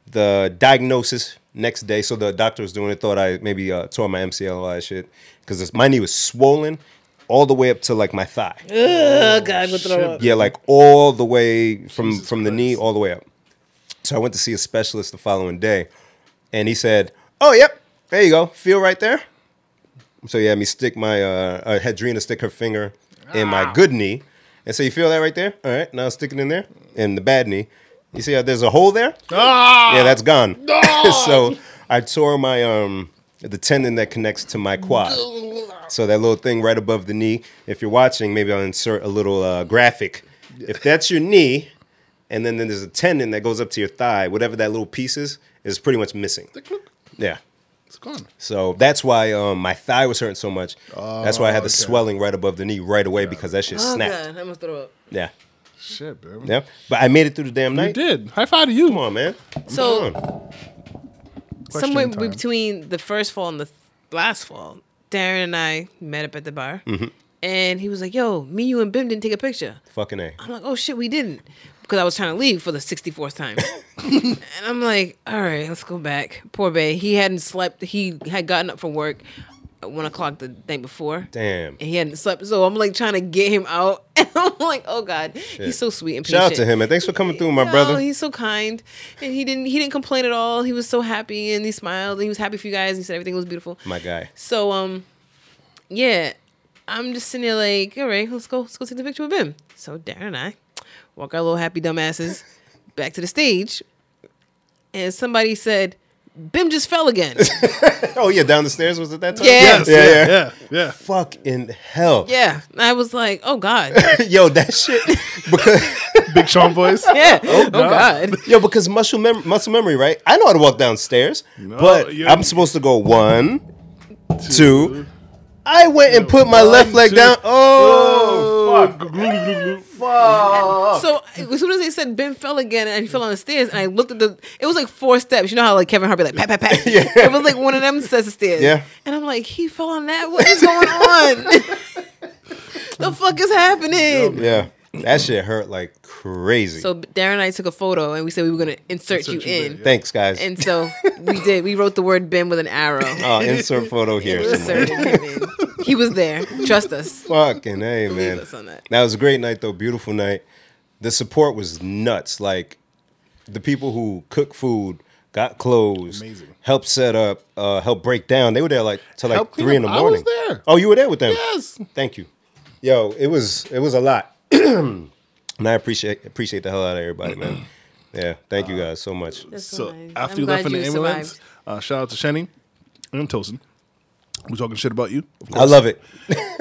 A: the diagnosis next day. So the doctor was doing it. Thought I maybe uh, tore my MCL and all that shit because my knee was swollen all the way up to like my thigh.
D: Oh, God, we'll throw up.
A: Yeah, like all the way from from the knee all the way up. So I went to see a specialist the following day, and he said, "Oh, yep, there you go, feel right there." So he had me stick my uh, uh had Drina stick her finger in my good knee, and so you feel that right there. All right, now stick it in there in the bad knee. You see how there's a hole there?
B: Ah!
A: Yeah, that's gone. so I tore my um the tendon that connects to my quad. So that little thing right above the knee. If you're watching, maybe I'll insert a little uh, graphic. If that's your knee, and then, then there's a tendon that goes up to your thigh, whatever that little piece is, is pretty much missing. Yeah.
B: It's gone.
A: So that's why um, my thigh was hurting so much. that's why I had the
B: Oh, okay.
A: swelling right above the knee right away because that shit
C: Oh
A: snapped.
C: god, I must throw up.
A: Yeah.
B: Shit, man.
A: Yeah. But I made it through the damn night.
B: You did. High five to you.
A: Come on, man.
C: So
A: Come on.
B: Question
C: somewhere
B: time.
C: between the first fall and the th- last fall, Darren and I met up at the bar,
A: Mm-hmm.
C: and he was like, "Yo, me, you, and Bim didn't take a picture."
A: Fucking A.
C: I'm like, "Oh shit, we didn't," because I was trying to leave for the 64th time, and I'm like, "All right, let's go back." Poor Bay, he hadn't slept. He had gotten up from work at one o'clock the night before.
A: Damn.
C: And he hadn't slept, so I'm like trying to get him out. And I'm like, oh god, he's so sweet and patient.
A: Shout out to him and thanks for coming through, my
C: No,
A: brother.
C: He's so kind, and he didn't he didn't complain at all. He was so happy, and he smiled, and he was happy for you guys. And he said everything was beautiful.
A: My guy.
C: So um, yeah, I'm just sitting there like, all right, let's go, let's go take the picture with him. So Darren and I walk our little happy dumbasses back to the stage, and somebody said. Bim just fell again.
A: Oh yeah, down the stairs was it that time?
C: Yeah.
B: Yes,
A: Yeah, yeah.
B: yeah, yeah,
A: Fuck in hell.
C: yeah. And I was like, oh God.
A: yo, that shit. Because
B: yeah. Big Sean voice.
C: Yeah. Oh God.
A: yo, because muscle mem- muscle memory, right? I know how to walk downstairs, but
B: you-
A: I'm supposed to go one, two. I went and put my left
B: One,
A: leg
B: two.
A: down. Oh,
B: Fuck. Glue, glue, glue, glue.
E: Fuck.
C: So as soon as they said Ben fell again and he fell on the stairs, and I looked at the, it was like four steps. You know how like Kevin Hart be like pat pat pat. It was like one of them sets of stairs.
A: Yeah.
C: And I'm like, he fell on that. What is going on? the fuck is happening?
A: Yeah, that shit hurt like crazy.
C: So Darren and I took a photo, and we said we were gonna insert,
B: you
C: you in.
B: in, yeah.
A: Thanks, guys.
C: And so we did. We wrote the word Ben with an arrow.
B: Oh,
A: uh, insert photo
C: We
A: here. somewhere.
C: inserted him in. He was there. Trust us.
A: Fucking hey, man.
C: us on that.
A: was a great night though. Beautiful night. The support was nuts. Like the people who cook food, got clothes,
B: Amazing.
A: helped set up, uh, helped break down. They were there like till like
B: Helped clean
A: three in the
B: up. I
A: morning.
B: was there.
A: Oh, you were there with them.
B: Yes.
A: Thank you. Yo, it was it was a lot, and I appreciate appreciate the hell out of everybody, man. Yeah, thank
B: Uh,
A: you guys so much.
B: So
C: nice.
B: after
C: I'm
B: you left
C: glad
B: in the
C: you
B: ambulance,
C: survived.
B: uh, shout out to Shenny and Tosin. We're talking shit about you. of
A: I
B: course.
A: love it.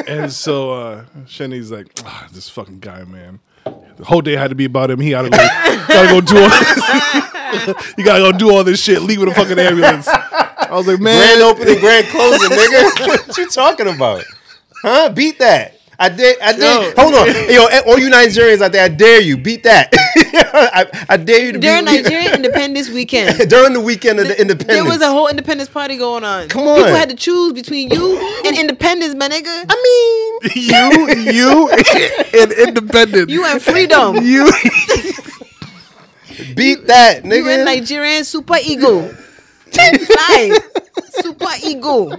B: and so uh, Shenny's like, ah, this fucking guy, man. The whole day had to be about him. He gotta go, gotta go do all this. you gotta go do all this shit. Leave with a fucking ambulance. I was like, man,
A: Grand opening, grand closing, nigga. what you talking about? Huh? Beat that. I did. I did.
B: Yo.
A: Hold on, yo, all you Nigerians out there, I dare you. Beat that. I, I dare you to
C: During
A: be
C: Nigerian Independence weekend.
A: during the weekend of the independence.
C: There was a whole independence party going on.
A: Come on.
C: People had to choose between you and independence, my nigga. I mean,
B: you, you, and independent.
C: you and freedom. You
B: you.
A: beat that,
C: and
A: nigga.
C: Nigerian super ego. Fly. Super ego.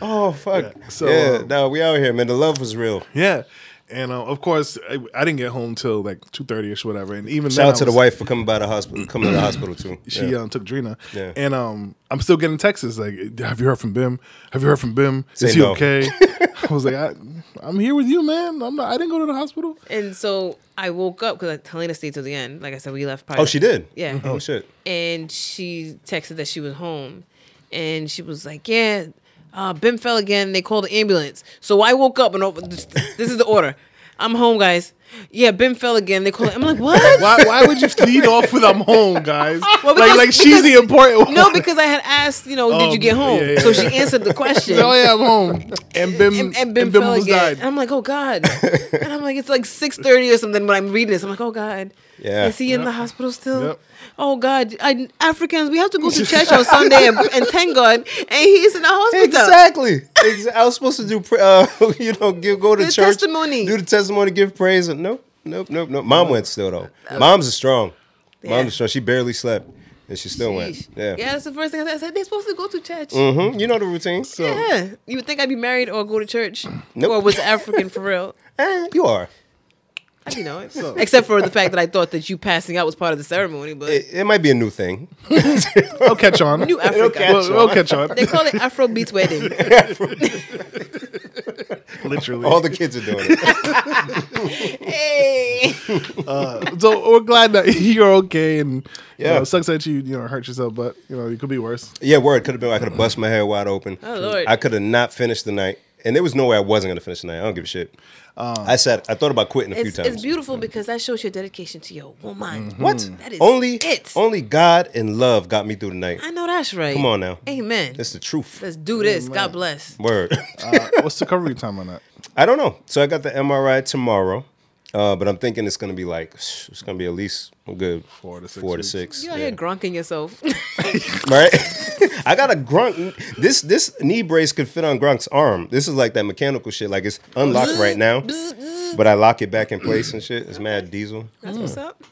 A: oh fuck. Yeah,
B: so, um,
A: no, we out here, man. The love was real.
B: Yeah. And uh, of course, I, I didn't get home till like two thirty ish, whatever. And even
A: Shout
B: then,
A: out
B: I
A: to the
B: was-
A: wife for coming by the hospital, coming to the hospital too.
B: She
A: Yeah.
B: um, took Drina,
A: Yeah.
B: and um, I'm still getting texts like, "Have you heard from Bim? Have you heard from Bim?
A: Say
B: Is he
A: no.
B: okay?" I was like, I, "I'm here with you, man. I'm not. I didn't go to the hospital."
C: And so I woke up because Helena stayed till the end. Like I said, we left party.
A: Oh, she did.
C: Yeah.
A: Oh shit.
C: and she texted that she was home and she was like yeah uh, ben fell again they called the ambulance so i woke up and over this, this is the order i'm home guys yeah ben fell again they called i'm like what
B: Why, why would you lead off with "I'm home, guys"? like,
C: because-
B: like she's the
C: because-
B: important one.
C: no because i had asked you know did you
B: Um,
C: get home
B: yeah, yeah,
C: so
B: yeah.
C: she answered the question
B: oh yeah, I'm home. And Bim
C: and, and Ben fell again. And I'm like, oh god. and I'm like, it's like six thirty or something when I'm reading this. I'm like, oh god.
A: Yeah.
C: Is he in the hospital still?
B: Yep.
C: Oh god. I, Africans, we have to go to church on Sunday and, and thank God. And he's in the hospital.
A: Exactly. Ex- I was supposed to do, pra- uh, you know, give, go to
C: The
A: church,
C: testimony.
A: do the testimony, give praise. and Nope, nope, nope, nope. Mom went still though. Mom's is strong. Mom's
C: Yeah.
A: is strong. She barely slept, and she still went.
C: Sheesh.
A: Yeah.
C: that's the first thing I said. I said they're supposed to go to church.
A: hmm You know the routine. So
C: Yeah, you would think I'd be married or go to church,
A: Nope.
C: or was African for real?
A: eh, you are.
C: I do know it, except for the fact that I thought that you passing out was part of the ceremony. But
A: It, it might be a new thing.
B: I'll catch on.
C: New Africa.
A: It'll catch
B: We'll,
A: on.
B: we'll catch on.
C: they call it Afrobeats wedding.
B: Literally.
A: All the kids are doing it.
C: hey,
B: so we're glad that you're okay, and yeah,
A: Yeah.
B: it sucks that you you know hurt yourself, but you know it could be worse.
A: yeah, word could have been. I could have bust my hair wide open.
C: Oh, Lord.
A: I could have not finished the night, and there was no way I wasn't gonna finish the night. I don't give a shit. I said I thought about quitting a few
C: it's,
A: times.
C: it's beautiful because that shows your dedication to your woman.
A: What?
C: That is
A: only
C: it.
A: only God and love got me through the night.
C: I know that's right.
A: Come on now.
C: Amen.
A: That's the truth.
C: Let's do this. God bless.
A: Word.
B: Uh, what's the recovery time on that?
A: I don't know. So I got the MRI tomorrow, uh, but I'm thinking it's gonna be like it's gonna be at least a good
B: Four to six
A: Four to
B: weeks.
A: six.
C: You out here grunking yourself.
A: Right. I got a grunt. This this knee brace could fit on Grunk's arm. This is like that mechanical shit. Like it's unlocked right now, but I lock it back in place and shit. It's mad diesel.
C: that's what's up.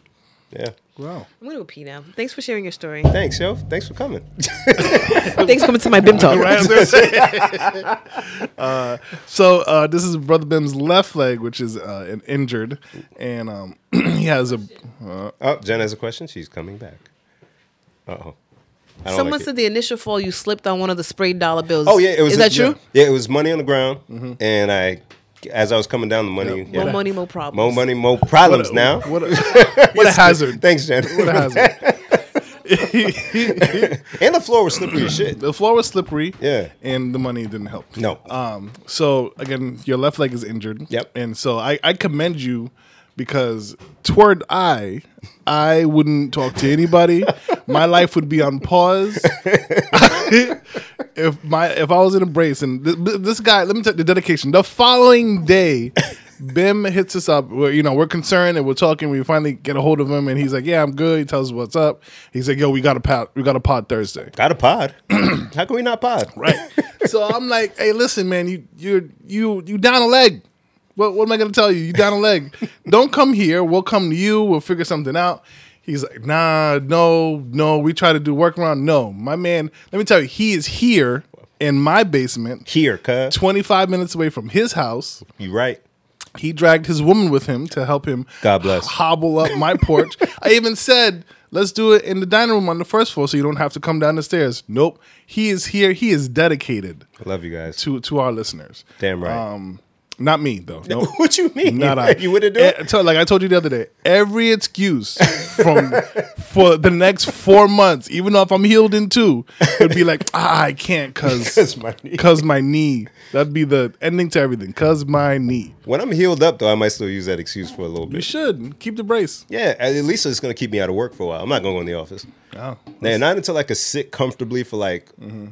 A: Yeah.
B: Wow.
C: I'm gonna go pee now. Thanks for sharing your story.
A: Thanks, yo. Thanks for coming.
C: Thanks for coming to my BIM talk.
B: Uh, so uh, this is brother Bim's left leg, which is uh, an injured, and um, he has a uh,
A: Oh, Jen has a question. She's coming back. Uh oh.
C: Someone said the initial fall you slipped on one of the sprayed dollar bills.
A: Oh yeah, it was.
C: Is that true?
A: Yeah, Yeah, it was money on the ground,
B: Mm-hmm.
A: and I, as I was coming down, the money. yeah.
C: More money, more problems.
A: More money, more problems Oh, now.
B: What a, what a hazard!
A: Thanks, Jen.
B: What a hazard!
A: and the floor was slippery as shit.
B: the floor was slippery.
A: Yeah.
B: and the money didn't help.
A: No.
B: Um. So again, your left leg is injured.
A: Yep.
B: And so I, I commend you because toward I, I wouldn't talk to anybody. my life would be on pause. if my if I was in a brace and th- th- this guy, let me tell you the dedication. The following day, Bim hits us up. We're, you know, we're concerned and we're talking. We finally get a hold of him, and he's like, "Yeah, I'm good." He tells us what's up. He's like, "Yo, we got a pot. We got a pod Thursday."
A: Got a pod. How can we not pod?
B: Right. so I'm like, hey, listen, man, you you you you down a leg. What what am I gonna tell you? You down a leg. Don't come here. We'll come to you. We'll figure something out. He's like, nah, no, no. We try to do workaround. No, my man. Let me tell you, he is here in my basement,
A: Here, cuz.
B: 25 minutes away from his house.
A: You right.
B: He dragged his woman with him to help him.
A: God bless.
B: Hobble up my porch. I even said, "Let's do it in the dining room on the first floor, so you don't have to come down the stairs." Nope. He is here. He is dedicated
A: I love you guys.
B: to to our listeners.
A: Damn right.
B: Um, not me though. Nope.
A: what you mean?
B: Not I.
A: You wouldn't do it?
B: Eh, so, like I told you the other day, every excuse from for the next four months, even though if I'm healed in two, would be like, ah, I can't cause
A: That's my knee.
B: cause my knee. That'd be the ending to everything. Cause my knee.
A: When I'm healed up, though, I might still use that excuse for a little
B: You
A: bit.
B: should keep the brace.
A: Yeah, at least it's gonna keep me out of work for a while. I'm not gonna go in the office.
B: Oh.
A: Nah, not until I could sit comfortably for like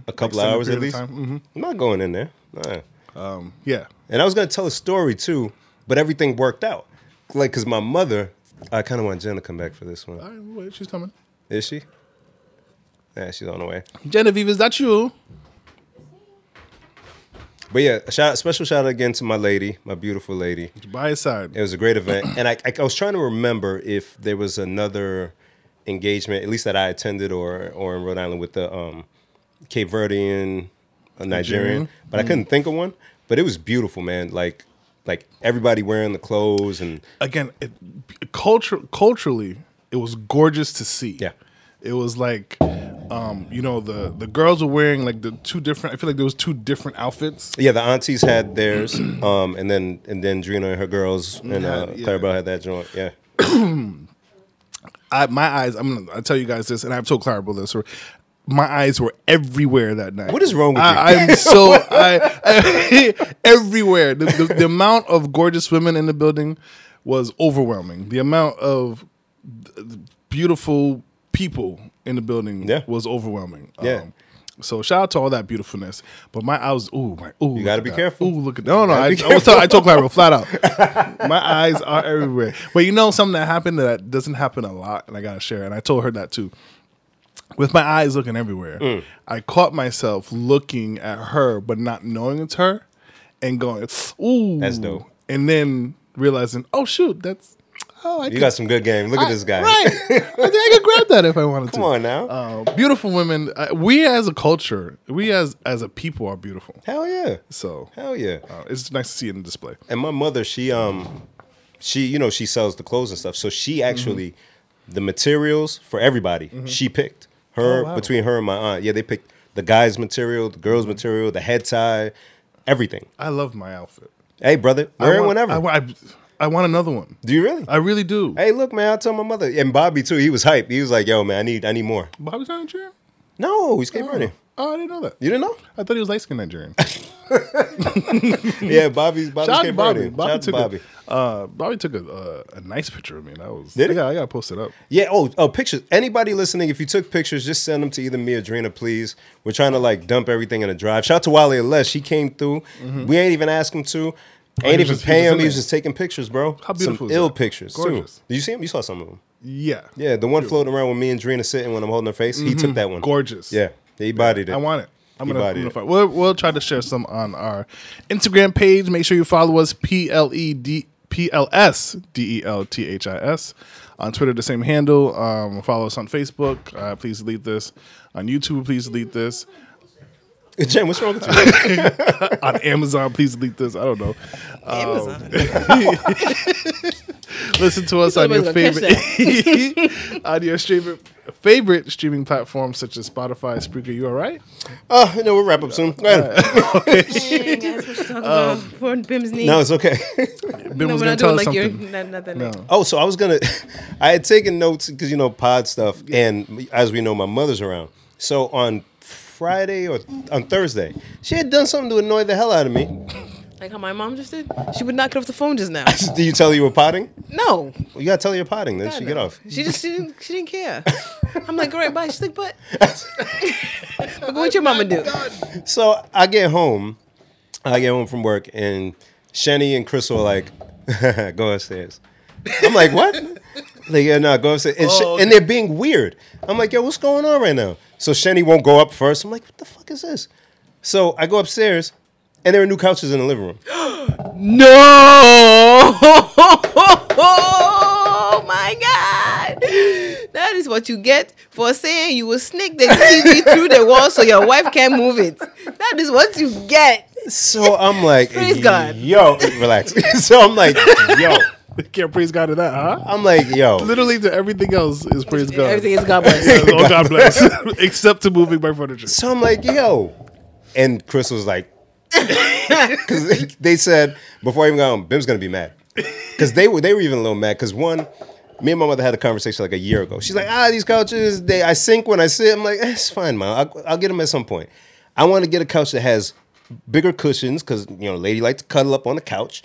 A: a couple
B: Extended
A: hours at
B: Mm-hmm. period
A: least.
B: of time. Mm-hmm.
A: I'm not going in there. Nah.
B: Um, yeah.
A: And I was gonna tell a story too, but everything worked out. Like, cause my mother, I kind of want Jen to come back for this
B: All
A: one.
B: right, wait, she's coming.
A: Is she? Yeah, she's on the way.
B: Genevieve, is that you?
A: But yeah, a shout, special shout out again to my lady, my beautiful lady.
B: By his side.
A: It was a great event, and I, I, I was trying to remember if there was another engagement, at least that I attended, or or in Rhode Island with the um, Cape Verdean, a Nigerian, but I
B: Mm-hmm.
A: couldn't think of one. But it was beautiful, man. Like like everybody wearing the clothes, and
B: again, it, culture, culturally, it was gorgeous to see.
A: Yeah.
B: it was like, um, you know, the the girls were wearing like the two different. I feel like there was two different outfits.
A: yeah, the aunties had theirs, um, and then and then Drina and her girls and uh,
B: Yeah, yeah.
A: Clarabelle had that joint. Yeah,
B: I, my eyes, I'm gonna I tell you guys this, and I've told Clarabelle this. Or, my eyes were everywhere that night.
A: What is wrong with
B: I,
A: you?
B: I'm so I, I- everywhere. The, the, the amount of gorgeous women in the building was overwhelming. The amount of beautiful people in the building
A: Yeah.
B: was overwhelming. Um,
A: Yeah.
B: so shout out to all that beautifulness, but my eyes, ooh, my ooh, you
A: gotta be careful.
B: Ooh, look at no, no.
A: gotta
B: I, I
A: be
B: was tell, I told Clara flat out, my eyes are everywhere. But you know something that happened that doesn't happen a lot, and I gotta share. And I told her that too. With my eyes looking everywhere,
A: Mm.
B: I caught myself looking at her, but not knowing it's her, and going, ooh,
A: That's dope.
B: And then realizing, oh shoot, that's oh, I
A: you got some good game. Look at this guy.
B: Uh, Right. I think I could grab that if I wanted to.
A: Come on now.
B: Uh, beautiful women. Uh, we as a culture, we as as a people are beautiful.
A: Hell yeah.
B: So
A: Hell yeah.
B: uh, it's nice to see it in the display.
A: and my mother she um she you know she sells the clothes and stuff so
B: Mm-hmm.
A: she actually the materials for everybody she picked her
B: Oh, wow. Mm-hmm.
A: between her and my aunt yeah they picked the guy's material the girl's material the head tie everything
B: I love my outfit.
A: hey brother wear
B: I
A: it
B: want,
A: whenever
B: I, wa- I, I want another one.
A: do you really
B: I really do.
A: hey look man i told my mother and bobby too he was hype he was like yo man i need i need more
B: Bobby's not Nigerian.
A: no he's cape verdean
B: Oh, I didn't know that.
A: you didn't know
B: I thought he was light skinned Nigerian.
A: yeah bobby's bobby's
B: Hmm. Shout out to
A: cape
B: Bobby.
A: verdean
B: Bobby
A: shout out to
B: took
A: bobby
B: A, uh, Bobby took a, uh, a nice picture of me. That was
A: Did
B: I
A: he?
B: got I got posted up.
A: Yeah. Oh, oh, pictures. Anybody listening, if you took pictures, just send them to either me or Drina, please. We're trying to like dump everything in a drive. Shout out to Wally Les. She came through. We ain't even ask him to.
B: Mm-hmm. Oh, he was
A: Ain't even
B: just- he
A: pay
B: was
A: him.
B: in
A: He was
B: there.
A: just taking pictures, bro.
B: How beautiful
A: Some
B: is
A: ill
B: that?
A: pictures
B: Gorgeous.
A: too. Did you see him? You saw some of them.
B: Yeah.
A: Yeah, the one floating around with me and Drina sitting when I'm holding her face. He took that one.
B: Mm-hmm. Gorgeous.
A: Yeah, he bodied it.
B: I want it. I'm
A: You
B: gonna, I'm
A: bought
B: gonna
A: it.
B: find, we'll, we'll try to share some on our Instagram page. Make sure you follow us P L E D P L S D E L T H I S on Twitter, the same handle. Um, follow us on Facebook. Uh, please delete this on YouTube. Please delete this
A: Jen, what's wrong with you?
B: on Amazon. Please delete this. I don't know.
A: Oh.
C: Amazon.
B: Listen to us on
C: Somebody's
B: your
C: gonna catch
B: favorite on your streaming favorite streaming platforms such as Spotify, Spreaker. You all right?
A: oh, no, we'll wrap up soon. Go
B: Uh,
A: ahead.
C: Dang, guys, what you talking about? Poor Bim's knee.
A: No, it's okay.
B: Ben
C: No,
B: was Oh. gonna
C: we're not
B: tell
C: doing
B: us
C: like your
B: something.
C: not, not that nice.
A: Oh, so I was gonna, I had taken notes because you know pod stuff, and as we know, my mother's around. So on Friday or on Thursday, she had done something to annoy the hell out of me.
C: Like how my mom just did. She would not get off the phone just now.
A: Do you tell her you were potting?
C: No.
A: Well, you gotta tell her you're potting, then
C: God,
A: she
C: no.
A: get off.
C: She just she didn't she didn't care. I'm like, all right, bye. She's like, but Look what your mama
A: Oh
C: do.
A: So I get home, I get home from work, and Shenny and Crystal are like, go upstairs. I'm like, what? like, yeah, no, go upstairs. And, Sh-
B: Oh, okay.
A: and they're being weird. I'm like, yo, what's going on right now? So Shenny won't go up first. I'm like, what the fuck is this? So I go upstairs, and there are new couches in the living room.
C: No! Oh my God! That is what you get for saying you will sneak the TV through the wall so your wife can't move it. That is what you get.
A: So I'm like,
C: Praise God.
A: yo, relax. so I'm like, yo,
B: Can't praise God to that, huh?
A: I'm like, yo,
B: Literally to everything else is praise God.
C: Everything is God bless.
B: oh God bless, except to moving my furniture.
A: So I'm like, yo. And Chris was like, because they said, before I even got home, Bim's going to be mad. Because they were, they were even a little mad. Because one, me and my mother had a conversation like a year ago. She's like, ah, these couches, they I sink when I sit. I'm like, eh, it's fine, mom. I'll, I'll get them at some point. I want to get a couch that has bigger cushions because, you know, lady like to cuddle up on the couch.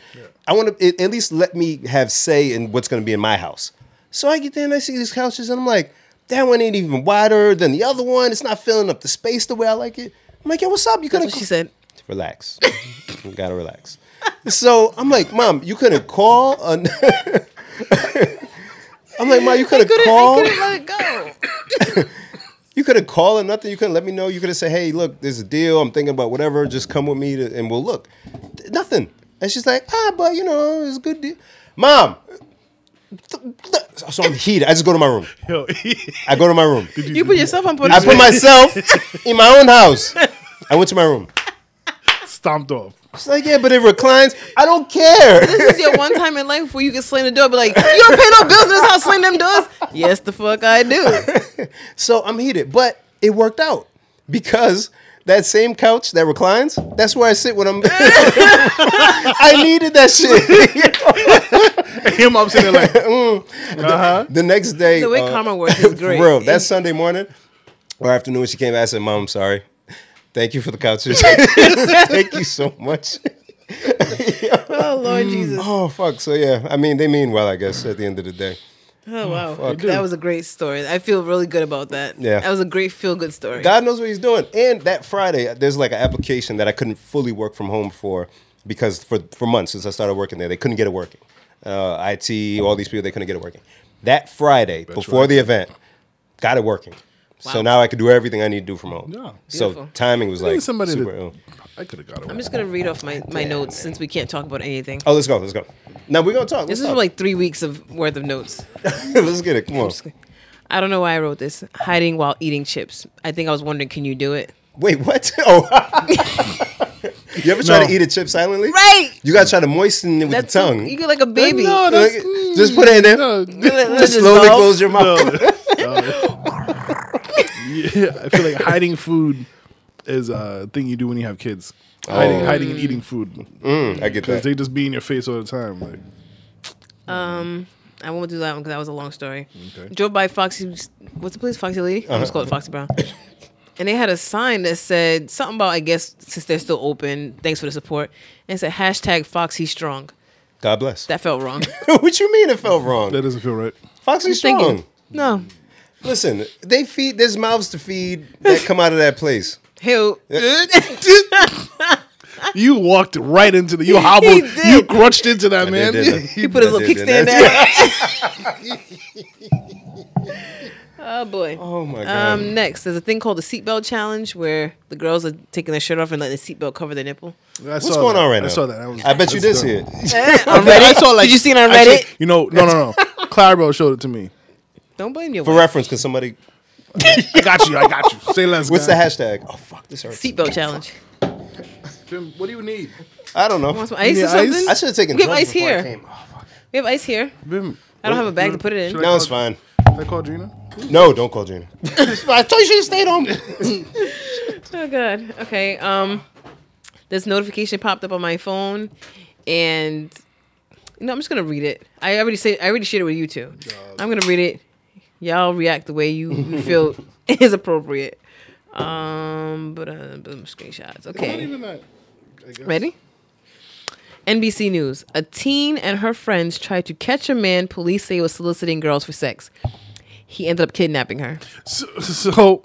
A: I want to at least let me have say in what's going to be in my house. So I get there and I see these couches and I'm like, that one ain't even wider than the other one. It's not filling up the space the way I like it. I'm like, yo, what's up? You could
C: That's
A: have
C: what she said.
A: relax. you gotta relax. So I'm like, Mom, you couldn't call. A... I'm like, Mom, you couldn't
C: Couldn't,
A: call.
C: I couldn't let it go.
A: You couldn't call or nothing. You couldn't let me know. You could have said, Hey, look, there's a deal. I'm thinking about whatever. Just come with me to, and we'll look. Th- Nothing. And she's like, Ah, but you know, it's a good deal. Mom. th- th- So I'm heated. I just go to my room.
B: Yo,
A: I go to my room.
C: You put yourself on
A: I put
C: punishment.
A: myself in my own house. I went to my room.
B: stomped off.
A: She's like, yeah, but it reclines. I don't care.
C: This is your one time in life where you can slam the door, but like, you don't pay no bills in this house, slam them doors. Yes, the fuck I do.
A: So I'm heated, but it worked out because that same couch that reclines, that's where I sit when I'm. I needed that shit.
B: Him, I'm sitting there like, uh huh.
A: The next day,
C: The way
A: uh,
C: karma works is
A: for
C: great.
A: real, that Sunday morning or afternoon, she came. back, I said, "Mom, I'm sorry. Thank you for the couches. Thank you so much."
C: oh Lord Jesus!
A: Oh fuck. So yeah, I mean, they mean well, I guess. At the end of the day,
C: Oh wow, that was a great story. I feel really good about that.
A: Yeah.
C: that was a great feel good story.
A: God knows what he's doing. And that Friday, there's like an application that I couldn't fully work from home for because for, for months since I started working there, they couldn't get it working. Uh, IT, all these people, they couldn't get it working. That Friday, before
B: right.
A: the event, got it working. So
C: Wow.
A: now I can do everything I need to do from home.
B: Yeah.
A: So
C: Beautiful.
A: timing was
B: I
A: like
B: need somebody
A: super
B: to.
A: ill.
B: I could have got
C: I'm
B: away.
C: just gonna read off my, my notes since we can't talk about anything.
A: Oh, let's go. Let's go. Now we're going to talk. Let's,
C: This is
A: talk.
C: like three weeks of worth of notes.
A: let's get it. Come on.
C: I don't know why I wrote this. Hiding while eating chips. I think I was wondering, can you do it?
A: Wait, what? Oh. you ever try
B: No.
A: to eat a chip silently?
C: Right.
A: You got to try to moisten it with
C: That's
A: the tongue.
C: you get like a baby.
B: No, that's- mm,
A: just put it in there.
B: no,
A: Just slowly
C: Dissolve.
A: close your mouth.
B: yeah, I feel like hiding food is a thing you do when you have kids. Hiding, hiding and eating food
A: Oh. Mm, I get
B: because
A: that.
B: they just be in your face all the time. Like,
C: I won't do that one because that was a long story.
B: Okay.
C: Drove by Foxy. What's the place? Foxy Lady.
A: Uh-huh.
C: I'm just call it Foxy Brown. And they had a sign that said something about I guess since they're still open, thanks for the support. And it said hashtag Foxy Strong.
A: God bless.
C: That felt wrong.
A: what you mean it felt wrong?
B: that doesn't feel right.
A: Foxy's
C: Thank
A: strong.
C: you. No.
A: Listen, they feed. There's mouths to feed that come out of that place.
C: Hill.
B: You walked right into the. You hobbled.
C: did.
B: you crunched into that man.
A: did that.
C: He put his
A: I
C: little
A: did that.
C: kickstand there. oh boy.
A: Oh my god.
C: Um, next, there's a thing called the seatbelt challenge where the girls are taking their shirt off and letting the seatbelt cover their nipple.
A: What's going on right now?
B: I saw that. that was,
A: I bet you did
B: that's
A: see
B: dumb.
A: it.
B: I, bet- I saw like.
C: Did you see it on
B: actually,
C: Reddit?
B: You know, no, no, no. Claribel showed it to me.
C: Don't blame your
A: For
C: wife.
A: reference, because somebody.
B: I got you. I got you. Say less.
A: What's the
B: guy.
A: hashtag? Oh fuck, this hurts.
C: Seatbelt challenge.
B: Jim, what do you need?
A: I don't know.
C: Want some ice
B: need
C: or
B: ice?
C: something?
A: I should have taken.
C: We have
A: drugs
C: ice
A: before I
C: here.
A: came. Oh, fuck.
C: We have ice here.
B: Bim.
C: I don't have a bag to put it in.
A: No, it's fine.
B: Should I call Gina?
A: No, don't call Gina. I told you she stayed home.
C: Oh god. Okay. Um, this notification popped up on my phone, and no, I'm just gonna read it. I already say I already shared it with you two. I'm gonna read it. Y'all react the way you, you feel is appropriate. Um, but uh, boom, screenshots.
B: Not
C: Okay,
B: even that. I guess.
C: ready? NBC News: A teen and her friends tried to catch a man police say was soliciting girls for sex. He ended up kidnapping her.
B: So, so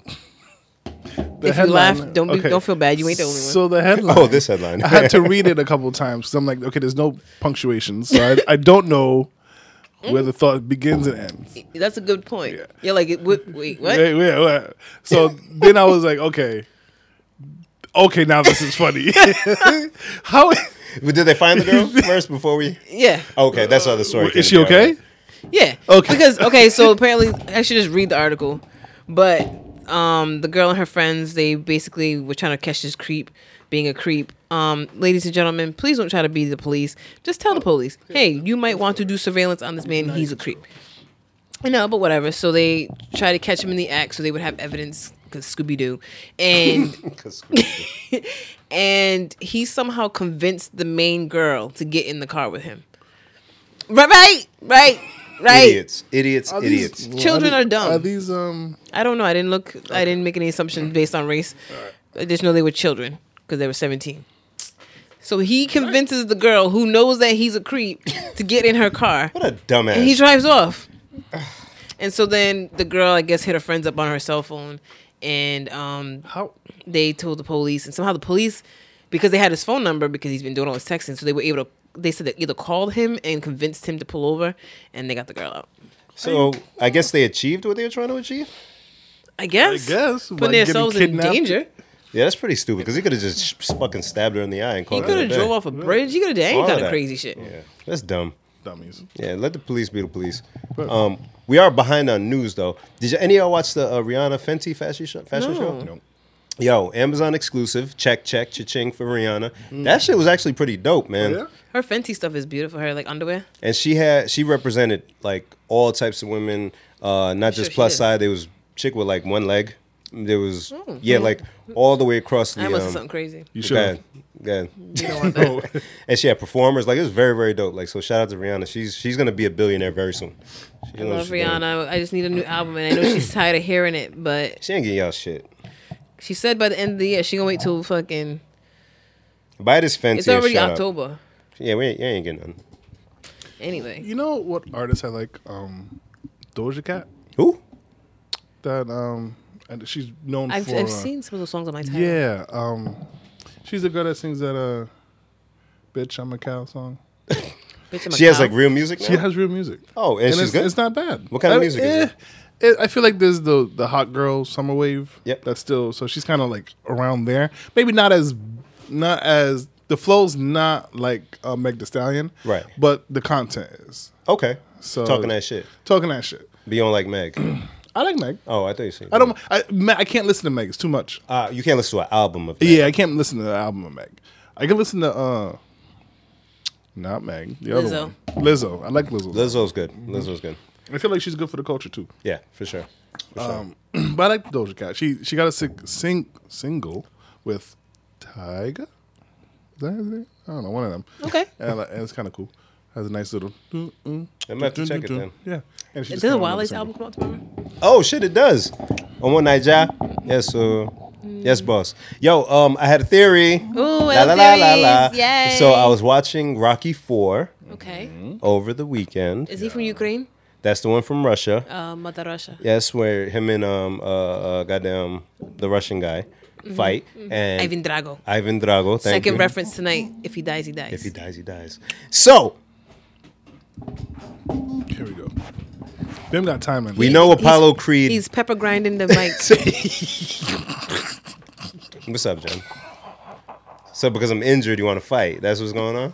B: The
C: If you laugh, don't be- don't feel bad. You ain't the only one.
B: So the headline.
A: Oh, this headline.
B: I had to read it a couple times because I'm like, okay, there's no punctuation, so I, I don't know where the thought begins and ends.
C: That's a good point. You're like, wait, wait what?
B: Wait, wait, wait. So then I was like, okay, okay, now this is funny. How
A: But Did they find the girl first before we?
C: Yeah,
A: Okay, that's how the story. came
B: is she
A: together.
B: okay?
C: yeah.
B: Okay.
C: Because okay, so apparently I should just read the article, but um, the girl and her friends they basically were trying to catch this creep being a creep. Um, ladies and gentlemen, please don't try to be the police. Just tell the police, hey, you might want to do surveillance on this man. He's a creep. You know, but whatever. So they try to catch him in the act, so they would have evidence. Cause Scooby Doo, and
A: 'Cause Scooby-
C: and he somehow convinced the main girl to get in the car with him. Right, right, right, right.
A: idiots, idiots, idiots.
C: Children are
B: these-
C: dumb.
B: Are these um?
C: I don't know. I didn't look. I didn't make any
B: Mm-hmm.
C: assumptions based on race. I just know they were children because they were seventeen. So he convinces the girl who knows that he's a creep to get in her car,
A: What a dumbass.
C: and he drives off. And so then the girl, I guess, hit her friends up on her cell phone, and um,
B: How
C: they told the police, and somehow the police, because they had his phone number, because he's been doing all his texting, so they were able to. They said they either called him and convinced him to pull over, and they got the girl out.
A: so I guess they achieved what they were trying to achieve.
C: I guess.
B: guess,
C: putting
B: like getting
C: themselves in
B: kidnapped.
C: danger.
A: Yeah, that's pretty stupid because he could have just sh- fucking stabbed her in the eye and
C: He
A: called it
C: could
A: a
C: have
A: day.
C: drove off a bridge. He could have done any
A: All
C: kind of
A: that.
C: crazy shit.
A: Yeah, that's dumb.
B: dummies?
A: Yeah, let the police be the police. Um, we are behind on news though. Did you, any of y'all watch the uh, Rihanna Fenty fashion show? Fashion show?
B: Nope.
A: Yo, Amazon exclusive. Check, check, cha-ching for Rihanna. That shit was actually pretty dope, man.
B: Yeah.
C: Her Fenty stuff is beautiful. Her like underwear.
A: And she had she represented like all types of women, uh, not
C: Sure
A: just
C: she
A: plus
C: did.
A: side. There was chick with like one leg. There was yeah, like all the way across the.
C: I must have
A: um,
C: something crazy.
B: You should.
A: Good,
B: have.
A: good.
C: You don't want that.
A: And she had performers. Like it was very, very dope. Like so, shout out to Rihanna. She's she's gonna be a billionaire very soon. She
C: I
A: knows
C: love
A: she's gonna-
C: Rihanna. I just need a new album, and I know she's tired of hearing it, but
A: She ain't getting y'all shit.
C: she said by the end of the year she gonna wait till fucking.
A: Buy this Fenty.
C: It's already
A: and shut up.
C: October.
A: Yeah, we ain't, you ain't getting nothing.
C: Anyway,
B: You know what artist I like? Um, Doja Cat.
A: Who?
B: That um, and she's known
C: I've,
B: for. uh,
C: I've seen some of those songs on my title.
B: Yeah, um, she's the girl that sings that uh, "Bitch I'm a Cow" song.
C: Bitch, I'm a
A: She has
C: cow.
A: like real music. Now?
B: She has real music.
A: Oh, and she's
B: it's,
A: good?
B: It's not bad.
A: What kind of music is
B: eh, it? I feel like there's the the hot girl summer wave.
A: Yep.
B: That's still so she's kind of like around there. Maybe not as not as the flow's not like uh, Meg The Stallion.
A: Right.
B: But the content is
A: Okay.
B: So-
A: talking that shit.
B: talking that shit.
A: Be on like Meg.
B: I like Meg.
A: oh, I thought you said.
B: I don't. I Meg, I can't listen to Meg. It's too much.
A: Uh, you can't listen to an album of. Meg.
B: Yeah, I can't listen to the album of Meg. I can listen to uh not Meg, the other
C: Lizzo.
B: one. Lizzo. I like Lizzo.
A: Lizzo's good.
C: Mm-hmm.
A: Lizzo's good.
B: I feel like she's good for the culture too.
A: Yeah, for sure. For sure.
B: Um, but I like Doja Cat. She she got a sing, sing single with Tyga. Is that his name? I don't know, one of them.
C: Okay.
B: And, I like- and it's kind of cool. Has a nice little.
A: I might have to check it then.
B: Yeah. And she just
C: Does
B: kinda wrote
C: Wale's
B: the
C: album
B: single.
C: come out tomorrow?
A: Oh shit, it does. On one night job. Yes, sir. Yes, boss. Yo, um, I had a theory.
C: Mm. Ooh,
A: La, la, la, la, la.
C: theories. Yay.
A: So I was watching Rocky Four
C: Okay.
B: Mm-hmm.
A: over the weekend.
C: Is he from Ukraine?
A: That's the one from Russia.
C: Uh, Mother Russia.
A: Yes, where him and um uh, uh goddamn the Russian guy fight and
C: Mm-hmm. Ivan Drago.
A: Ivan Drago. Thank
C: Second
A: you.
C: reference tonight. If he dies, he dies.
A: If he dies, he dies. So
B: Here we go. Bim got time in
A: we
B: there.
A: know Apollo Creed.
C: He's pepper grinding the mic.
A: What's up, John? So because I'm injured, you want to fight? That's what's going on.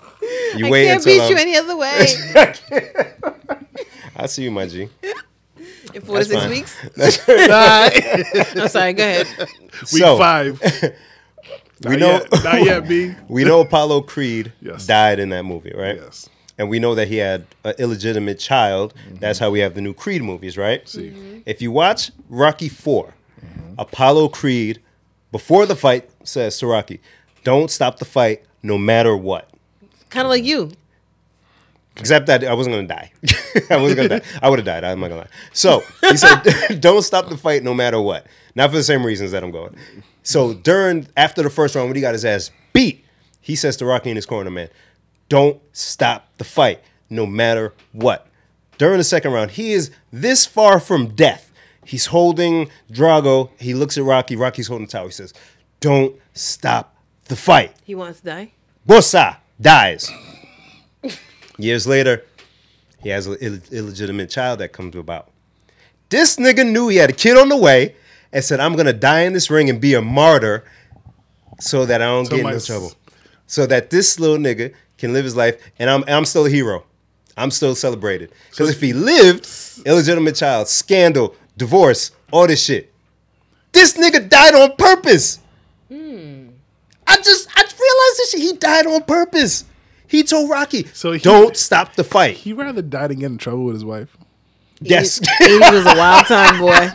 A: You
C: I
A: wait
C: can't
A: until
C: beat
A: I'm-
C: you any other way.
A: I see you, my G.
C: In four to
A: That's
C: six
A: fine.
C: weeks.
B: Bye.
C: I'm sorry. Go ahead.
B: Week
A: So-
B: five.
A: We know
B: Yet. Not yet, B.
A: we know Apollo Creed
B: Yes.
A: died in that movie, right?
B: Yes.
A: And we know that he had an illegitimate child.
C: Mm-hmm.
A: That's how we have the new Creed movies, right? Mm-hmm.
B: See. Mhm.
A: If you watch Rocky 4
C: Mm-hmm.
A: Apollo Creed before the fight says to Rocky, "Don't stop the fight, no matter what."
C: Kind of like you.
A: Except that I wasn't gonna die. I wasn't gonna die. I would have died. I'm not gonna lie. So he said, "Don't stop the fight, no matter what." Not for the same reasons that I'm going. So during after the first round, when he got his ass beat, he says to Rocky in his corner, "Man, don't stop the fight, no matter what." During the second round, he is this far from death. He's holding Drago. He looks at Rocky. Rocky's holding the towel. He says, "Don't stop the fight."
C: He wants to die.
A: Bosa dies. Years later, he has an Ill- illegitimate child that comes about. This nigga knew he had a kid on the way and said, I'm going to die in this ring and be a martyr so that I don't
B: So
A: get
B: my
A: in no
B: s-
A: trouble. So that this little nigga can live his life and I'm, I'm still a hero. I'm still celebrated. Because if he lived, illegitimate child, scandal, divorce, all this shit. This nigga died on purpose.
C: Hmm.
A: I just I realized this shit. He died on purpose. He told Rocky,
B: So he-
A: "Don't stop the fight."
B: He rather died and get in trouble with his wife.
A: yes,
C: He was a wild time boy.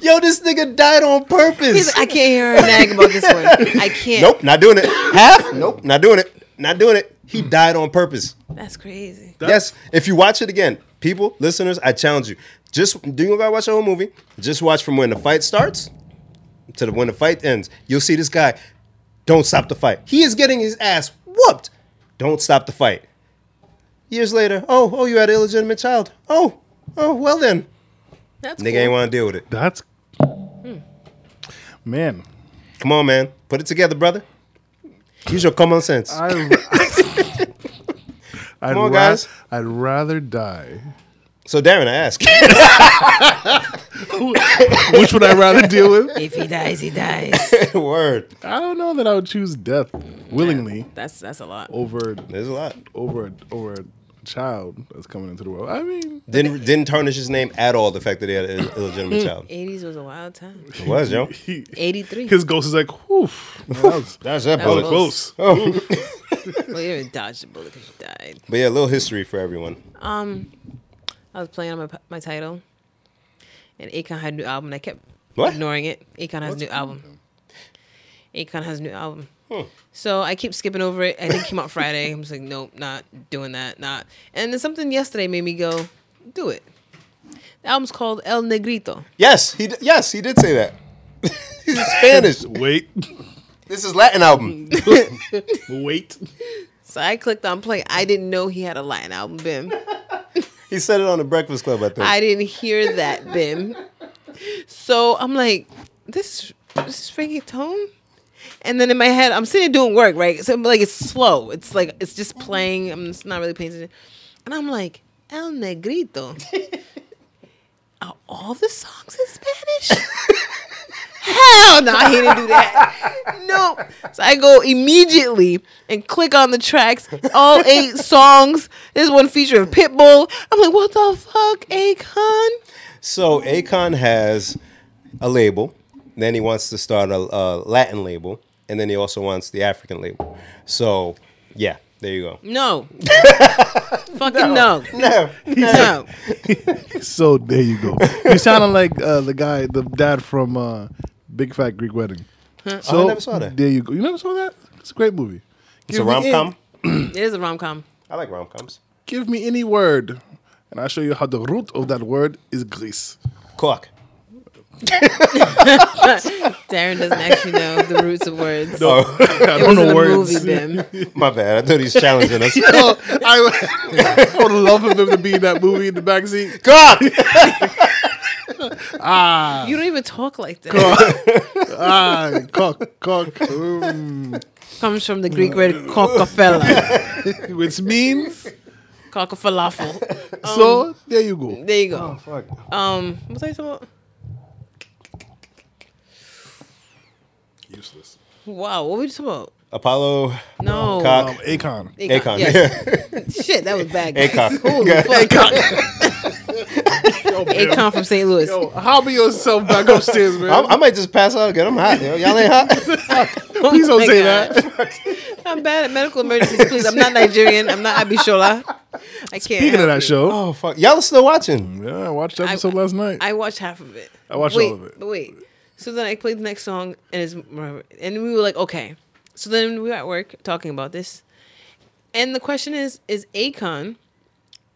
A: yo, this nigga died on
C: He's
A: purpose.
C: like, I can't hear her nag about this one. I can't.
A: nope, not doing it. Half? Nope, not doing it. Not doing it. He died on purpose.
C: That's crazy.
A: yes, if you watch it again, people, listeners, I challenge you. Just do you gotta watch the whole movie? Just watch from when the fight starts to the, when the fight ends. You'll see this guy. Don't stop the fight. He is getting his ass whooped. Don't stop the fight. Years later, oh, oh, you had an illegitimate child. Oh, oh, well then,
C: That's
A: nigga
C: cool.
A: ain't want to deal with it.
B: That's man.
A: Come on, man, put it together, brother. Use your common sense.
B: I, I'd
A: on,
B: ra-
A: guys.
B: I'd rather die.
A: So, Darren, I ask,
B: Which would I rather deal with?
C: If he dies, he dies.
A: word,
B: I don't know that I would choose death willingly
C: that's that's a lot.
A: Oh.
B: over
A: there's a lot.
B: over over a child that's coming into the world. I mean,
A: Didn't didn't tarnish his name at all. The fact that he had an illegitimate child.
C: 80s was a wild time.
A: It was yo.
B: he,
C: 83.
B: his ghost is like, whew, man, that was,
A: That's that
C: was
A: bullet.
B: close.
A: Oh.
C: Well, you didn't dodge the bullet because you died.
A: But yeah, a little history for everyone.
C: Um, I was playing on my, my title, and Akon had a new album. and I kept
A: What?
C: ignoring it. Akon has a new album. Akon has a new album. So I keep skipping over it. I think it came out Friday. I'm just like, nope, not doing that, not. And then something yesterday made me go, do it. The album's called El Negrito.
A: Yes, he d- yes he did say that. He's Spanish.
B: wait,
A: This is Latin album.
B: wait.
C: So I clicked on play. I didn't know he had a Latin album, Bim.
A: He said it on the Breakfast Club. I think.
C: I didn't hear that, Bim. So I'm like, this, this is reggaeton? And then in my head, I'm sitting there doing work, right? So I'm like, it's slow. It's like, it's just playing. I'm just not really paying attention. And I'm like, El Negrito. Are all the songs in Spanish? Hell no, he didn't do that. Nope. So I go immediately and click on the tracks, all eight songs. There's one featuring Pitbull. I'm like, what the fuck, Akon?
A: so Akon has a label. Then he wants to start a, a Latin label, and then he also wants the African label. So yeah, there you go.
C: No. Fucking no. No.
B: So there you go. You sounded like uh, the guy, the dad from uh, Big Fat Greek Wedding. So
A: Oh, I never saw that.
B: There you go. You never saw that? It's a great movie.
A: It's a rom com.
C: It is a rom com.
A: I like rom coms.
B: Give me any word, and I'll show you how the root of that word is Greece.
A: Cork.
C: Darren doesn't actually know the roots of words.
A: Oh,
B: I
C: it was
B: don't know
C: in a
B: words.
C: movie, Bim.
A: my bad. I thought he was challenging us.
B: Oh, I, I would love for them to be in that movie in the backseat.
A: Cork.
C: You don't even talk like that.
B: Ah, cock, cock, mm,
C: Comes from the Greek word kokafella.
B: which means.
C: Kokafalafel. Um,
B: so there you go.
C: There you go. Um, what was I talking about?
B: Useless.
C: Wow, what were we just about?
A: Apollo.
C: No.
A: Cock.
B: Um, Akon.
A: Akon.
C: yes.
A: Yeah.
C: Shit, that was bad.
A: Akon.
C: Holy fuck. Akon. from St. Louis.
B: Yo, hobby yourself back upstairs, man.
A: I, I might just pass out again. I'm hot. Yo. Y'all ain't hot.
B: Please don't
C: Oh my
B: say
C: God.
B: that.
C: I'm bad at medical emergencies, please. I'm not Nigerian. I'm not Abishola. I can't.
B: Speaking of
C: help
B: that
C: it.
B: show,
A: Oh fuck. Y'all are still watching.
B: yeah, I watched the episode last night.
C: I watched half of it.
B: I watched
C: wait,
B: all of it.
C: But wait. So then I played the next song and it's and we were like, okay. So then we were at work talking about this. And the question is, is Akon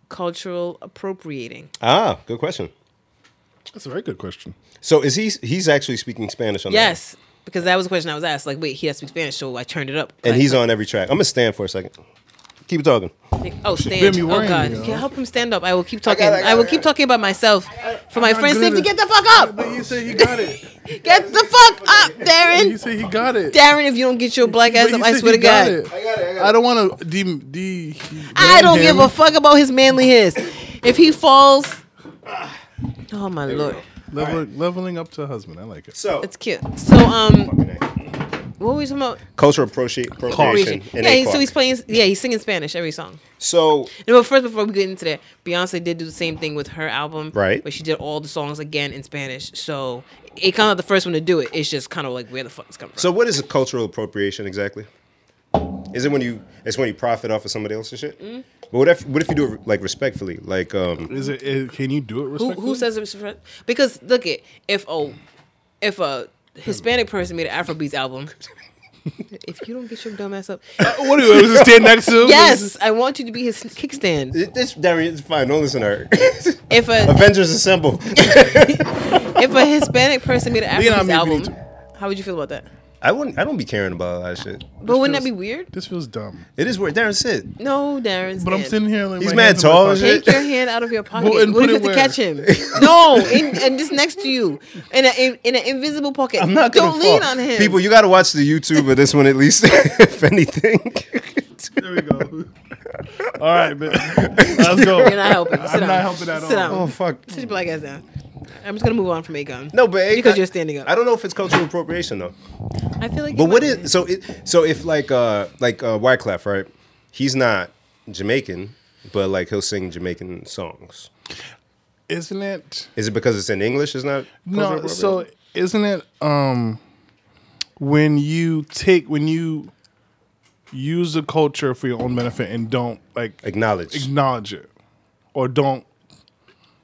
C: cultural appropriating?
A: Ah, good question.
B: That's a very good question.
A: So is he? He's actually speaking Spanish on that.
C: Yes. Because that was a question I was asked. Like, wait, he has to speak Spanish, so I turned it up.
A: And
C: Like,
A: he's on every track. I'm gonna stand for a second. Keep talking.
B: been
C: Oh, stand.
B: me
C: Oh,
B: worrying,
C: God.
B: you know.
C: Can help him stand up. I will keep talking. I,
A: got it, I
C: will
A: got it.
C: keep talking about myself for my
B: I'm
C: friend's
B: good
C: safety.
B: at-
C: Get the fuck up.
B: But you said he got it.
C: Get the fuck up,
B: You
C: Darren.
B: said he got it.
C: Darren, if you don't get your black
B: But
C: ass
B: you
C: up, I
B: said
C: swear
B: he
C: to
B: got
C: God.
B: it. I don't want to de. de
C: I don't
B: him.
C: give a fuck about his manly his. If he falls, oh my lord,
B: Level, Leveling up to husband. I like it.
A: So
C: it's cute. So um, what were we talking about?
A: cultural appropri- appropriation.
C: Region.
A: in
C: Yeah, he, so
A: ACOG.
C: he's playing. Yeah, he's singing Spanish every song.
A: So
C: No, but first, before we get into that, Beyonce did do the same thing with her album,
A: Right.
C: But she did all the songs again in Spanish, so it kind of the first one to do it. It's just kind of like where the fuck it's coming from.
A: So what is a cultural appropriation exactly? Is it when you it's when you profit off of somebody else's shit?
C: Mm-hmm.
A: But what if what if you do it like respectfully? Like um
B: Is it? is- can you do it?
C: who
B: Respectfully?
C: who says it's fr- because look it if a if a Hispanic person made an Afrobeats album. If you don't get your dumb ass up,
B: What do you was it stand next to him?
C: yes, I want you to be his kickstand.
A: it- this Darian it's fine, don't listen to her.
C: If a
A: Avengers assemble.
C: if a Hispanic person made an
B: Leon, I
C: Afrobeats
B: mean, we
C: album,
B: need
C: how would you feel about that?
A: I wouldn't I don't be caring about a lot of shit.
C: But wouldn't that be
B: feels-
C: weird?
B: This feels dumb.
A: It is where Darren sit.
C: No, Darren.
B: But I'm
C: stand.
B: sitting here like
A: He's
B: my
A: mad
B: hands in my
A: tall as
B: pocket.
C: Take your hand out of your pocket.
B: Well, and
C: what if
B: put
C: you
B: it
C: have to
B: where?
C: catch him? No, in, and just next to you, in, a, in an invisible pocket.
A: I'm not gonna
C: Don't lean
A: fall.
C: on him.
A: People, you gotta watch the YouTube of this one at least, if anything.
B: There we go. All right, man. Let's go.
C: you're not helping. Sit
B: I'm
C: down.
B: not helping at all.
C: Sit down.
A: oh fuck.
C: Sit your black ass down. I'm just gonna move on from Akon.
A: No, but it-
C: because
A: I-
C: you're standing up.
A: I don't know if it's cultural appropriation though.
C: I feel like.
A: But
C: you
A: what
C: might
A: is so? It, so if like uh like uh, Wyclef, right? He's not Jamaican, but like he'll sing Jamaican songs.
B: Isn't it?
A: Is it because it's in English? It's not culturally
B: No.
A: appropriate?
B: So isn't it? Um, when you take when you use the culture for your own benefit and don't like
A: acknowledge.
B: acknowledge it or don't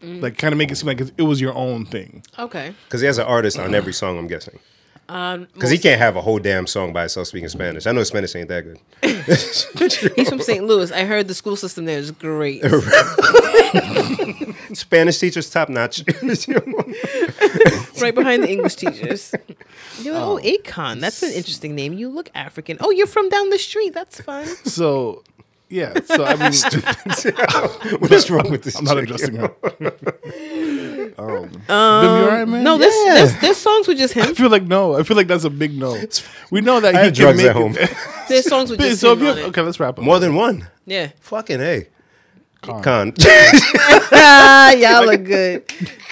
C: Mm.
B: like kind of make it seem like it was your own thing.
C: Okay.
A: Because he has an artist on every song, I'm guessing.
C: Um,
A: Because he can't have a whole damn song by himself speaking Spanish. I know Spanish ain't that good.
C: He's from St. Louis. I heard the school system there is great.
A: Spanish teacher's top notch.
C: right behind the English teachers. You're like, oh, Akon. That's an interesting name. You look African. Oh, you're from down the street. That's fun.
B: So yeah. So I mean,
A: what is wrong with this?
B: I'm not
A: chick?
B: addressing her. um, Bim, you all right, man?
C: No, this this this songs with just him.
B: I feel like no. I feel like that's a big no. We know that
A: I
B: he
A: have
B: can
A: drugs
B: make
A: at home.
B: It.
C: This songs with just
B: so if
C: him.
B: you
C: on it.
B: okay, let's wrap up.
A: More than one.
C: Yeah.
A: Fucking hey.
B: Con.
A: Con.
C: Ah, y'all look good.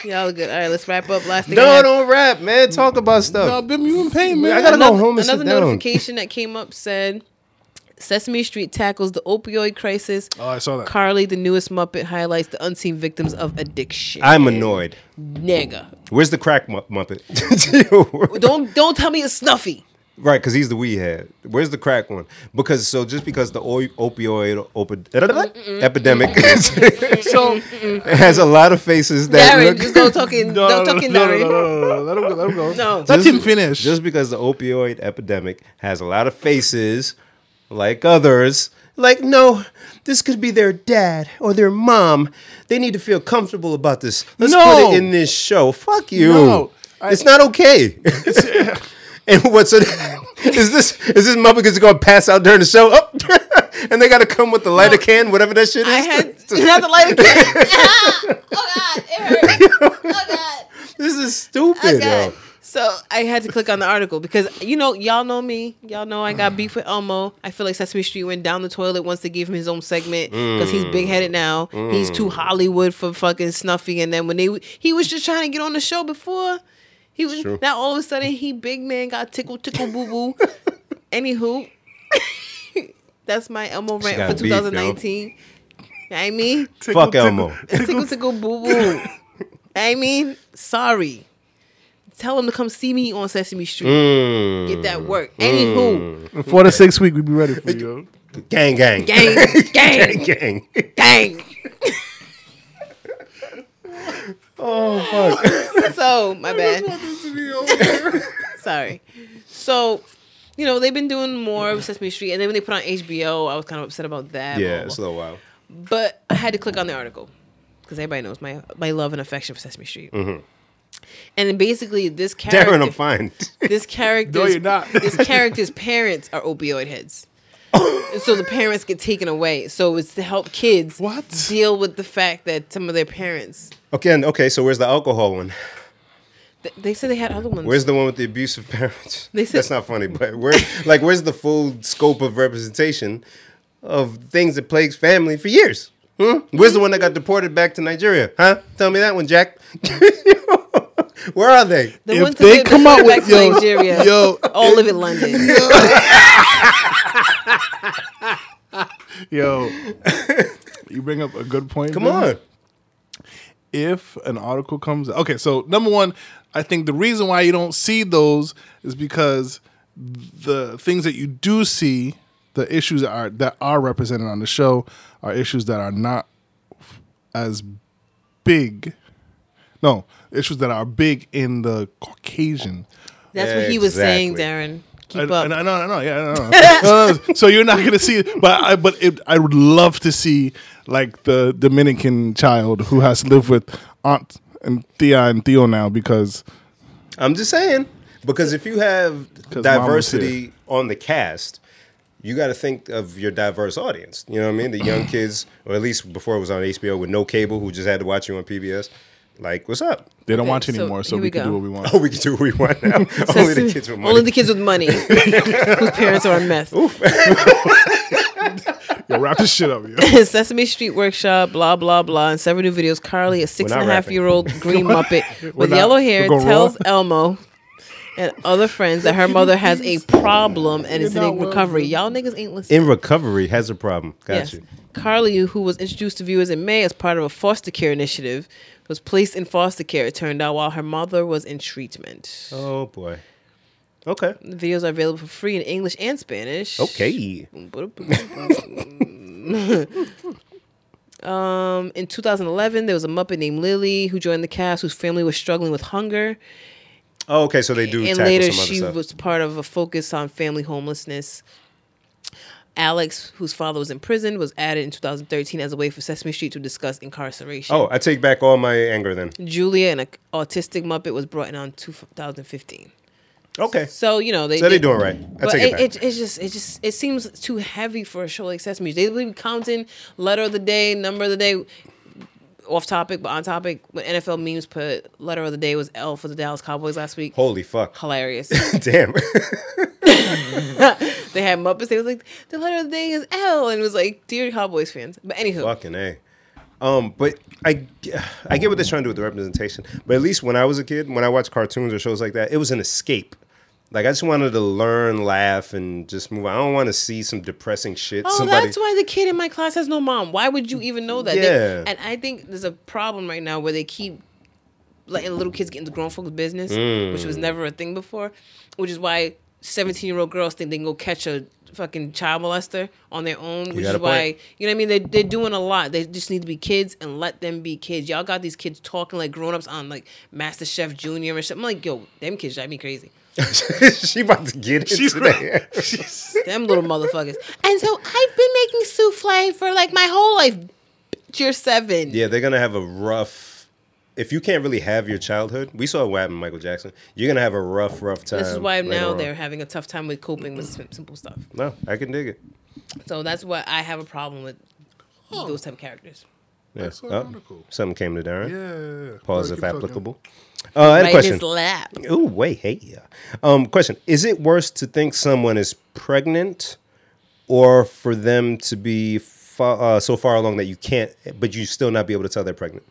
C: Y'all look good. All right, let's wrap up. Last thing. I
A: no,
C: have-
A: don't rap, man. Talk about stuff.
B: No, Uh, Bim, you in pain, man?
A: I gotta
C: another,
A: go home and sit
C: another
A: down.
C: notification that came up said Sesame Street tackles the opioid crisis.
B: Oh, I saw that.
C: Carly, the newest Muppet, highlights the unseen victims of addiction.
A: I'm annoyed.
C: nigga.
A: Where's the crack mu- muppet?
C: Don't don't tell me it's Snuffy.
A: right, because he's the weed head. Where's the crack one? Because so just because the oi- opioid opi- epidemic
B: So
A: has a lot of faces that
C: Darren,
A: look
C: just go talking.
B: no,
C: don't
B: no,
C: talking,
B: no, no,
C: Darren.
B: no, no, no, no, let him go. Let him go.
C: No.
B: Let
A: Just-
B: him finish.
A: Just because the opioid epidemic has a lot of faces, like others, like no, this could be their dad or their mom. They need to feel comfortable about this. Let's
B: No.
A: put it in this show. Fuck you.
B: No, I-
A: it's not okay. and what's it? Is this is this motherfucker just gonna pass out during the show? Up, and they gotta come with the lighter can, whatever that shit is.
C: I had not the light again. oh God, it hurt. Oh God.
A: this is stupid. yo.
C: God. So I had to click on the article because you know y'all know me. Y'all know I got beef with Elmo. I feel like Sesame Street went down the toilet once they gave him his own segment because he's big headed now. He's too Hollywood for fucking Snuffy. And then when they he was just trying to get on the show before he was
A: true.
C: now all of a sudden he big man got tickle tickle boo boo. Anywho, that's my Elmo rant
A: got
C: for
A: beef, yo.
C: 2019. I mean,
B: Tickle,
A: Fuck Elmo.
C: tickle tickle boo boo. I mean, sorry. Tell him to come see me on Sesame Street.
A: Mm. Hmm.
C: Get that work. Anywho,
B: In Four to six week, we be ready for you.
A: Gang, gang,
C: gang, gang,
A: gang, gang.
C: gang. oh fuck. so my bad. Sorry. So, you know they've been doing more of Sesame Street, and then when they put on HBO, I was kind of upset about that.
A: Yeah,
C: blah,
A: it's a
C: blah,
A: little wild.
C: but I had to click on the article because everybody knows my my love and affection for Sesame Street. And then basically, this character,
A: Darren, I'm fine.
C: this character,
B: No, you're not.
C: this character's parents are opioid heads. and so the parents get taken away. So it's to help kids
B: What?
C: deal with the fact that some of their parents
A: Okay, and- okay. So where's the alcohol one?
C: th- they said they had other ones.
A: Where's the one with the abusive parents?
C: They said-
A: That's not funny, but where, like, where's the full scope of representation of things that plagues family for years? Hmm? Where's the one that got deported back to Nigeria? Huh? Tell me that one, Jack. where are they?
C: the
B: if
C: ones that
B: they
C: get
B: come out with-
C: back to
B: yo,
C: Nigeria,
B: yo,
C: all live in London.
B: Yo, you bring up a good point.
A: Come on.
B: man. If an article comes, okay. So number one, I think the reason why you don't see those is because the things that you do see, the issues that are that are represented on the show, are issues that are not f- as big. No, issues that are big in the Caucasian
C: That's what he was saying, Darren.
A: Exactly.
C: Keep
B: I,
C: up.
B: I, I know, I know, yeah, I know. No, no, so you're not gonna see it, but I, but it, I would love to see like the Dominican child who has to live with aunt and Thea and Theo now because
A: I'm just saying because if you have
B: 'Cause Mama's
A: diversity on the cast, you got to think of your diverse audience. You know what I mean? The young kids, or at least before it was on HBO with no cable, who just had to watch you on PBS. Like, what's up?
B: they don't
C: Okay,
B: watch
C: so
B: anymore, so
C: here
B: we,
C: we
B: can
C: go.
B: do what we want.
A: Oh, we can do what we want now. Only the kids with money.
C: Only the kids with money whose parents are on meth.
B: Yo, wrap this shit up, yo.
C: Sesame Street Workshop, blah blah blah, and several new videos. Carly, a six
A: not
C: and a half
A: rapping.
C: year old green muppet with
B: not-
C: yellow hair,
B: we're gonna
C: tells
B: roll?
C: Elmo and other friends that her mother has a problem and is
B: not
C: in
B: well,
C: recovery. Y'all niggas ain't listening.
A: in recovery has a problem. Got
C: Yes.
A: you.
C: Carly, who was introduced to viewers in May as part of a foster care initiative, was placed in foster care, it turned out, while her mother was in treatment.
A: Oh boy. Okay.
C: The videos are available for free in English and Spanish.
A: Okay.
C: um, in 2011, there was a Muppet named Lily who joined the cast whose family was struggling with hunger.
A: Oh, okay. So they do.
C: and
A: tackle
C: later
A: some other
C: she
A: stuff.
C: was part of a focus on family homelessness. Alex, whose father was in prison, was added in 2013 as a way for Sesame Street to discuss incarceration.
A: Oh, I take back all my anger then.
C: Julia, an autistic Muppet, was brought in on 2015.
A: Okay. So
C: So you know they
A: they doing right. I
C: But
A: take
C: it,
A: it,
C: it,
A: back.
C: it's just it just it seems too heavy for a show like Sesame Street. They be counting letter of the day, number of the day, off topic but on topic. When NFL memes put letter of the day was L for the Dallas Cowboys last week.
A: Holy fuck.
C: Hilarious.
A: Damn.
C: they had Muppets. They was like the letter of the day is L, and it was like dear Cowboys fans. But anywho,
A: Fucking a. Um, but I, I get what they're trying to do with the representation. But at least when I was a kid, when I watched cartoons or shows like that, it was an escape. Like I just wanted to learn, laugh, and just move. on. I don't want to see some depressing shit.
C: Oh,
A: Somebody,
C: that's why the kid in my class has no mom. Why would you even know that? They-
A: Yeah.
C: and I think there's a problem right now where they keep letting little kids get into grown folks' business,
A: Mm.
C: which was never a thing before, which is why 17 year old girls think they can go catch a fucking child molester on their own, which
A: got
C: is
A: a point.
C: why, you know what I mean? They're, they're doing a lot. They just need to be kids and let them be kids. Y'all got these kids talking like grown ups on like Master Chef Junior and shit. I'm like, yo, them kids drive me crazy.
A: she about to get it today.
C: Them little motherfuckers. And so I've been making souffle for like my whole life. Bitch, You're seven.
A: Yeah, they're gonna have a rough. If you can't really have your childhood, we saw what happened with Michael Jackson. You're gonna have a rough, rough time.
C: This is why
A: later
C: now
A: on.
C: they're having a tough time with coping with sim- simple stuff.
A: No, I can dig it.
C: So that's why I have a problem with those type of characters.
A: Yeah.
B: saw an
A: Oh,
B: article.
A: something came to Darren.
B: Yeah.
A: Pause if
B: Sorry, keep talking.
A: applicable. Uh, I had a
C: right in
A: question.
C: his lap.
A: Ooh, wait, hey, yeah. Um, question: Is it worse to think someone is pregnant, or for them to be fa- uh, so far along that you can't, but you still not be able to tell they're pregnant?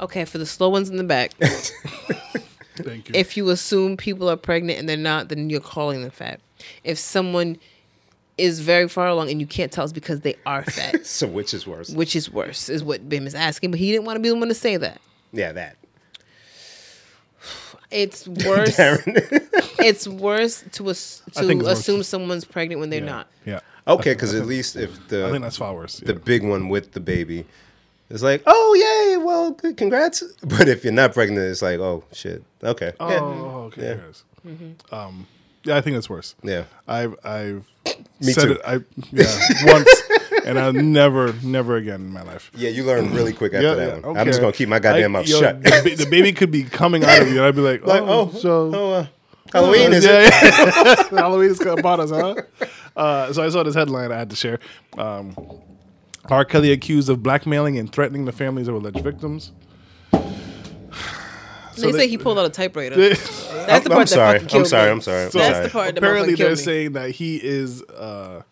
C: Okay, for the slow ones in the back,
B: Thank you.
C: if you assume people are pregnant and they're not, then you're calling them fat. If someone is very far along and you can't tell, it's because they are fat,
A: So which is worse?
C: which is worse, is what Bim is asking. But he didn't want to be the one to say that.
A: yeah, that.
C: It's worse. it's worse to, as-
B: I think
C: to
B: it's worse.
C: assume someone's pregnant when they're not.
B: yeah,
A: Okay, because at least if the
B: I think that's far worse.
A: the
B: yeah.
A: big one with the baby. It's like, oh yay, well, good, congrats. But if you're not pregnant, it's like, oh shit, okay, Yeah.
B: Oh, okay. yes. Um,
C: Mm-hmm.
B: yeah, I think that's worse.
A: Yeah.
B: I've I've
A: Me
B: said
A: too.
B: it. I yeah once, and I never never again in my life.
A: yeah. You learn really quick after that one.
B: okay.
A: I'm just gonna keep my goddamn
B: I-
A: mouth
B: yo,
A: shut.
B: The, ba- the baby could be coming out of you, and I'd be like, oh,
A: like, oh,
B: so
A: oh, uh, Halloween is
B: yeah,
A: it?
B: yeah. Halloween's about us, huh? Uh, so I saw this headline I had to share. Um, R. Kelly accused of blackmailing and threatening the families of alleged victims.
C: they,
B: they-
C: say he pulled out a typewriter.
A: I'm,
C: That's
A: I'm
C: the part that
A: sorry.
C: fucking killed
A: I'm sorry.
C: me.
A: I'm sorry. I'm
C: That's the
A: sorry.
C: part that
B: Apparently,
C: motherfucker
B: they're
C: killed me.
B: saying that he is uh,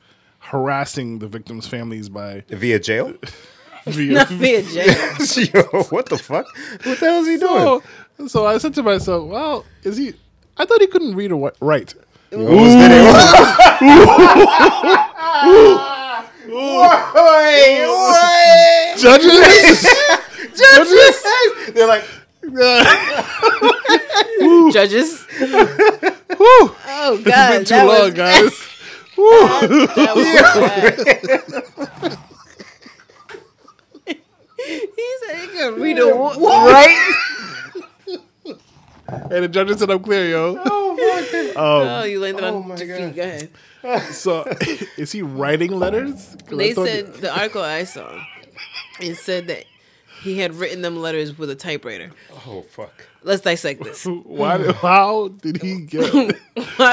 B: harassing the victims' families by
A: Via jail?
B: via
C: Not via jail.
A: Yo, what the fuck? What the hell is he doing?
B: So, so I said to myself, "Well, is he? I thought he couldn't read or wi- write." Judges, judges.
A: They're like,
C: Judges.
B: Whew,
C: Oh God,
B: been too
C: that
B: long,
C: was,
B: guys.
C: That was bad. he said he could read a wa- right.
B: and the judges said, "I'm clear, yo."
C: oh, you landed
A: oh
C: on
A: my
C: your feet.
A: God.
C: Go ahead.
B: So, is he writing letters? 'Cause I
C: They
B: thought-
C: said the article I saw, it said that he had written them letters with a typewriter.
A: oh, fuck.
C: Let's dissect this.
B: "Why? How did he get?
C: Why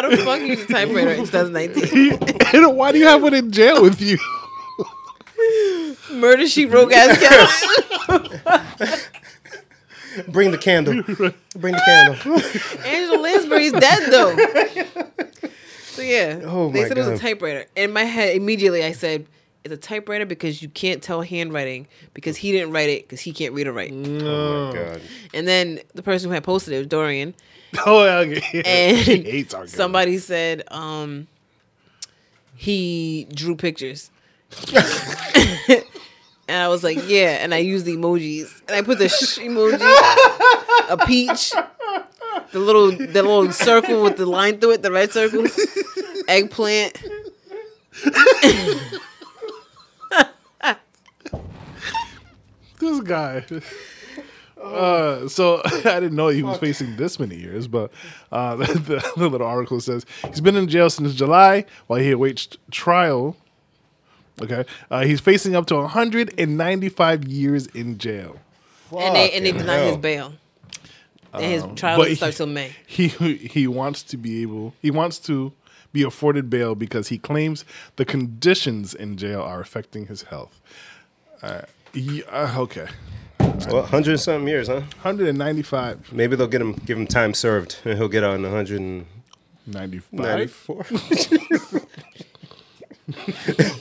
C: the fuck use a typewriter in 2019?
B: and why do you have one in jail with you?"
C: Murder she wrote ass cat.
A: Bring the candle. Bring the candle.
C: Angela Lansbury's dead though. So yeah,
A: Oh,
C: they
A: my
C: said it
A: God.
C: was a typewriter. In my head, immediately I said, "It's a typewriter because you can't tell handwriting because he didn't write it because he can't read or write."
A: Oh, my God.
C: And then the person who had posted it was Dorian,
B: Oh, okay.
C: and
B: he hates our somebody.
C: somebody said um, he drew pictures. and I was like, yeah. And I used the emojis. And I put the sh emoji, a peach, the little the little circle with the line through it, the red circle, eggplant.
B: This guy. Uh, so I didn't know he was facing this many years, but uh, the, the, little article says he's been in jail since July while he awaits trial. Okay, uh, he's facing up to 195 years in jail.
C: And they and they
A: Fucking
C: denied his
A: hell.
C: bail. And his trial
B: but
C: doesn't start till May.
B: He he wants to be able. He wants to be afforded bail because he claims the conditions in jail are affecting his health. Uh, ye- uh, okay,
A: Well, 100 and something years, huh?
B: 195.
A: Maybe they'll get him, give him time served, and he'll get out in 194.
B: 95.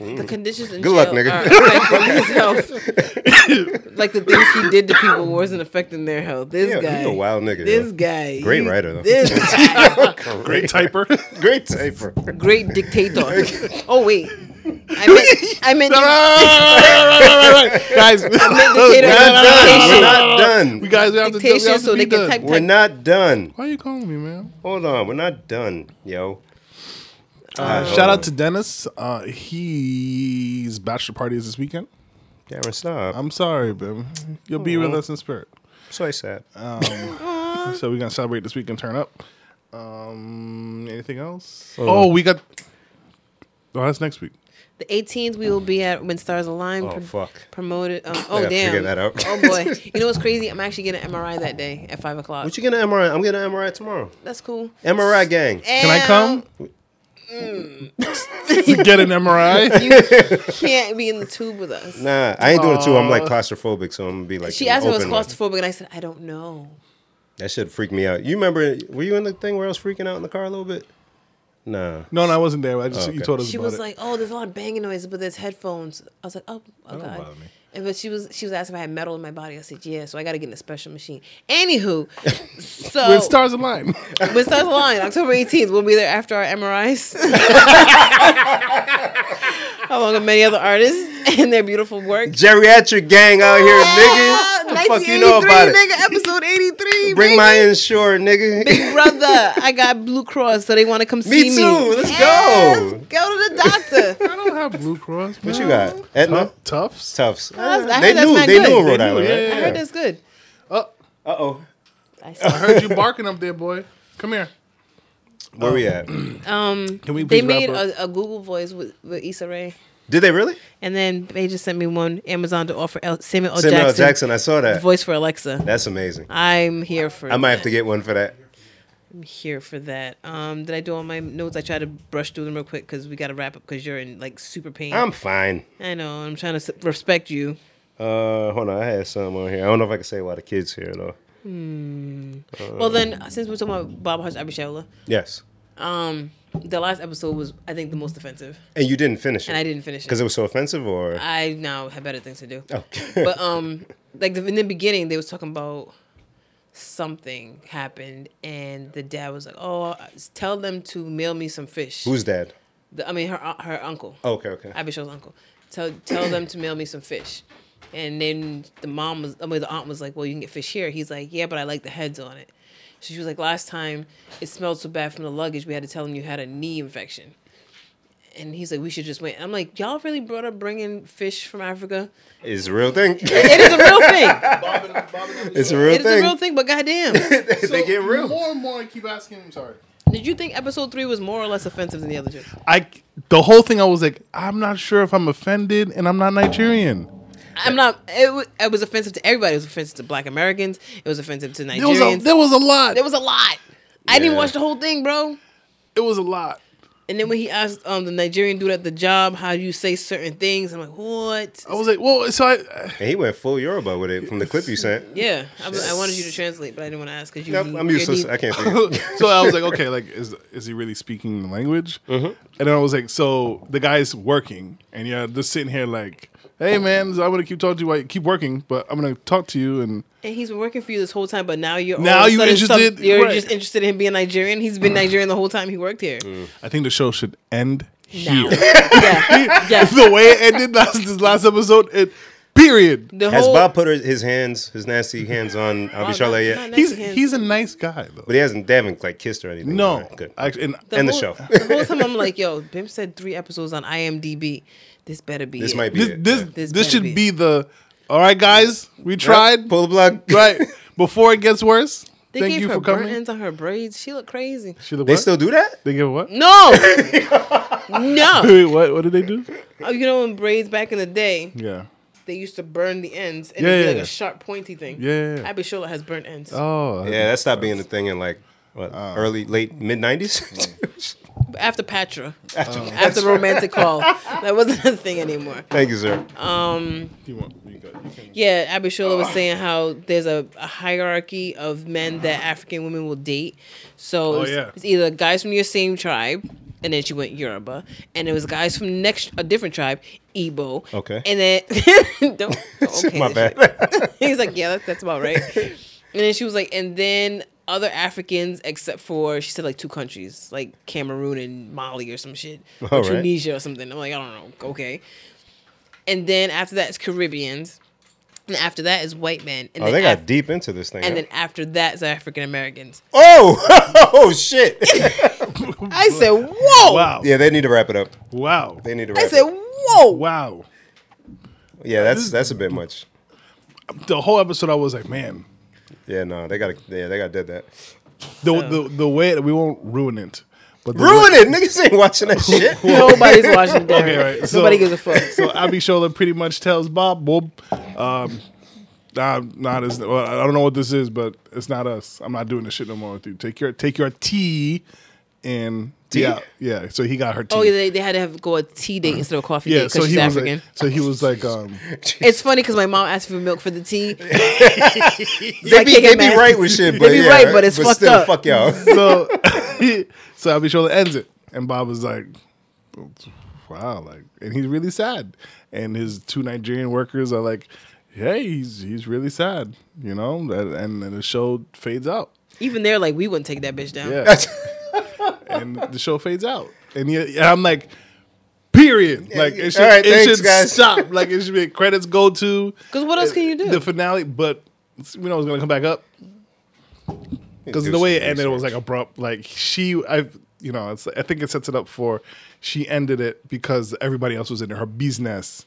C: The conditions in
A: Good
C: jail
A: luck, nigga.
C: are affecting his health. like the things he did to people wasn't affecting their health. This
A: Yeah,
C: guy,
A: he's a wild nigga.
C: this
A: yo.
C: guy,
A: Great
C: he-
A: writer, though.
C: This guy,
B: Great typer.
A: Great taper.
C: great dictator. Oh wait, I meant, I meant,
B: guys,
C: I meant dictator.
A: We're
C: dictation.
A: not
B: we
A: done.
B: guys we have to, we
C: Dictation
B: have to
C: so
B: be
C: they can
B: done.
C: type.
A: We're
C: type.
A: not done.
B: Why are you calling me, man?
A: Hold on. We're not done, yo.
B: Uh, Shout out to Dennis. Uh, he's bachelor party is this weekend.
A: Darren, stop.
B: I'm sorry, but you'll be with us in spirit.
A: so sad.
B: So we're gonna celebrate this week and turn up. Um, anything else? Oh, we got. Oh, that's next week.
C: The 18th, we will be at when stars align.
A: Oh,
C: prom-
A: fuck.
C: Promoted. Um, oh
A: gotta
C: damn.
A: figure that out.
C: oh boy. You know what's crazy? I'm actually getting an MRI that day at five o'clock.
A: What you getting an MRI? I'm getting an MRI tomorrow.
C: That's cool.
A: MRI gang.
B: Can I come? Get an MRI.
C: Mm. You can't be in the tube with us.
A: Nah, I ain't doing it too. I'm like claustrophobic, so I'm gonna be like.
C: She asked me if it was
A: open with-
C: claustrophobic, and I said, I don't know.
A: That shit freaked me out. You remember? Were you in the thing where I was freaking out in the car a little bit? Nah.
B: No, no, I wasn't there. I just
A: Oh,
B: you
A: okay.
B: told us
C: She
B: about
C: was
B: it.
C: like, "Oh, there's a lot of banging noises, but there's headphones." I was like, "Oh, oh
B: don't
C: god."
B: bother me.
C: And but she was she was asking if I had metal in my body. I said, "Yeah," so I got to get in a special machine. Anywho, so
B: With stars align.
C: when stars align, October 18th, we'll be there after our MRIs, along with many other artists and their beautiful work.
A: Geriatric gang out here,
C: Ah,
A: nigga. The fuck you know
C: 1983,
A: about it?
C: nigga, episode 83.
A: Bring
C: baby.
A: my insurance, nigga.
C: Big brother, I got Blue Cross, so they want to come
A: Me
C: see me.
A: too. Let's go.
C: Go to the doctor.
B: I don't have Blue Cross.
A: What you got? Aetna?
B: Tufts.
A: Tufts.
C: that's- I
A: they
C: heard that's
A: knew.
C: not
A: they
C: good.
A: knew in Rhode
B: They knew,
A: Island.
B: yeah,
A: right?
B: yeah,
C: I heard that's good.
A: Uh oh.
C: I saw.
B: I heard you barking up there, boy. Come here.
A: Where we at?
C: Um,
B: Can we please
C: they made
B: wrap
C: a, a Google voice with, with Issa Rae,
A: Did they really?
C: and then they just sent me one Amazon to offer El- Samuel L.
A: Samuel L.
C: Jackson,
A: Jackson. I saw that.
C: voice for Alexa.
A: That's amazing.
C: I'm here for.
A: I might have to get one for that.
C: I'm here for that. Um, did I do all my notes? I tried to brush through them real quick because we got to wrap up because you're in like super pain.
A: I'm fine.
C: I know. I'm trying to s- respect you.
A: Uh, hold on, I had some on here. I don't know if I can say why the kids here though.
C: well, then since we're talking about Bob Hush Abishola,
A: Yes,
C: um, the last episode was I think the most offensive,
A: and you didn't finish it.
C: and I didn't finish
A: because
C: it.
A: it was so offensive, or
C: I now have better things to do.
A: oh,
C: but um, like the, in the beginning, they was talking about something happened, and the dad was like, "Oh, tell them to mail me some fish."
A: who's dad?
C: The- I mean, her uh, her uncle,
A: Oh, okay, okay.
C: Abishow's uncle. Tell tell them to mail me some fish, and then the mom was, I mean, the aunt was like, "Well, you can get fish here." He's like, "Yeah, but I like the heads on it." So she was like, "Last time, it smelled so bad from the luggage, we had to tell him you had a knee infection." And he's like, "We should just wait." I'm like, "Y'all really brought up bringing fish from Africa?"
A: It's a real thing.
C: It is a real thing.
A: It's a real
C: It's a
A: thing.
C: real thing, but goddamn.
A: they get real.
B: More and more, I keep asking. I'm sorry.
C: Did you think episode three was more or less offensive than the other two?
B: I the whole thing. I was like, I'm not sure if I'm offended, and I'm not Nigerian.
C: I'm not. It, wa- it was offensive to everybody. It was offensive to Black Americans. It was offensive to
B: There was a
C: Nigerians. There
B: there was a lot.
C: was a lot. I didn't even
A: Yeah.
C: watch the whole thing, bro.
B: It was a lot.
C: And then when he asked um, the Nigerian dude at the job how you say certain things, I'm like, what?
B: I was like, well, so I
A: And he went full Yoruba with it from the clip you sent.
C: Yeah, I, was- I wanted you to translate, but I didn't want to ask because you.
A: Nope, I'm
C: you're
A: useless.
C: deep.
A: I can't think.
B: so I was like, okay, like is is he really speaking the language?
A: Mm-hmm.
B: And then I was like, so the guy's working, and you're just sitting here like, hey man, so I'm gonna keep talking to you, while you keep working, but I'm gonna talk to you, and
C: And he's been working for you this whole time, but now you're
B: Now
C: all of a
B: you
C: sudden some-
B: interested-
C: you're
B: right.
C: just interested in him being Nigerian. He's been Nigerian the whole time he worked here.
B: I think the show should end
C: Now.
B: here.
C: yeah, yeah.
B: the way it ended last this last episode, it period.
C: The
A: Has
C: whole
A: Bob put his hands, his nasty hands on Abishala
C: not
A: yet?
C: nasty
B: He's
C: hands.
B: he's a nice guy though.
A: But he hasn't, they haven't like kissed or anything.
B: No,
A: Alright, good.
B: actually, and
A: End the
C: whole-
A: show.
C: the whole time I'm like, yo, Bim said three episodes on IMDb. This better be.
A: This
C: it.
A: might be
B: this
A: it.
B: this,
A: Yeah.
C: This
B: this,
C: better
B: should
C: be it.
B: be the all right, guys. We
A: Yep,
B: tried
A: Pull the plug.
B: right before it gets worse.
C: They
B: Thank
C: gave
B: you
C: her
B: for
C: burnt
B: coming.
C: ends on her braids. She looked crazy.
B: She the
A: They
B: what?
A: still do that?
B: They give what?
C: No, no.
B: Wait, what? What did they do?
C: Oh, you know, in braids back in the day,
B: Yeah.
C: they used to burn the ends and
B: Yeah,
C: it'd be
B: yeah,
C: like
B: yeah.
C: a sharp, pointy thing.
B: Yeah, yeah, yeah.
C: Abby Shola has burnt ends.
B: Oh.
A: Yeah, that stopped being a thing in like what, early, late, mid 90s.
C: After Patra, after, romantic call, that wasn't a thing anymore.
A: Thank you, sir.
C: Oh,
B: You want, you got, you can,
C: Yeah, Abby Shola
A: Uh.
C: was saying how there's a, a hierarchy of men that African women will date. So
B: Oh,
C: it's,
B: yeah.
C: it's either guys from your same tribe, and then she went Yoruba, and it was guys from next a different tribe, Igbo.
A: Okay.
C: And then don't, don't okay.
A: My
C: this shit.
A: bad.
C: He's like, yeah, that's, that's about right. And then she was like, and then other Africans, except for she said like two countries, like Cameroon and Mali or some shit, or
A: All right.
C: Tunisia or something. I'm like, I don't know, okay. And then after that is Caribbeans, and after that is white men,
A: Oh,
C: and then
A: they
C: af-
A: got deep into this thing.
C: and
A: huh?
C: then after that is African Americans.
A: oh, oh shit!
C: I said, whoa!
B: Oh, wow.
A: yeah, they need to wrap it up.
B: Wow.
A: They need to wrap
C: I
A: it
C: said,
A: up.
C: whoa!
B: Wow.
A: Yeah, that's that's a bit much.
B: The whole episode, I was like, man,
A: Yeah, no, they got yeah, they got did that.
B: the the, the way we won't ruin it, but the
A: Ruin it, niggas ain't watching that shit.
C: Nobody's watching that.
B: Okay, right. So-
C: Nobody gives a fuck.
B: So Abby Shola pretty much tells Bob, "Bob, um, nah, nah, this, well, I don't know what this is, but it's not us. I'm not doing this shit no more with you. Take your take your tea, and
A: Tea?
B: yeah, yeah. So he got her tea.
C: Oh, yeah, they, they had to have go a tea date instead of a coffee date
B: yeah.
C: because
B: So
C: she's
B: he was
C: African.
B: like, so he was like, um,
C: It's funny because my mom asked for milk for the tea.
A: they be,
C: can't
A: they
C: get
A: be
C: mad.
A: right with shit,
C: They
A: but
C: be
A: yeah,
C: right, but it's fucked
A: still,
C: up.
A: Fuck y'all.
B: so so Abby Shola ends it, and Bob was like, "Wow!" Like, and he's really sad, and his two Nigerian workers are like, "Hey, he's he's really sad," you know, and, and then the show fades out.
C: Even they're like, we wouldn't take that bitch down.
B: Yeah. and the show fades out. And, you, and I'm like, period. Like it should,
A: All right,
B: it
A: thanks,
B: should
A: guys.
B: stop. Like it should be credits go to.
C: 'Cause what else can you do?
B: The finale, but we know it's gonna come back up. Because
A: Do
B: the way it
A: some
B: ended was
A: research.
B: like abrupt. Like she, I, you know, it's, I think it sets it up for she ended it because everybody else was in her business.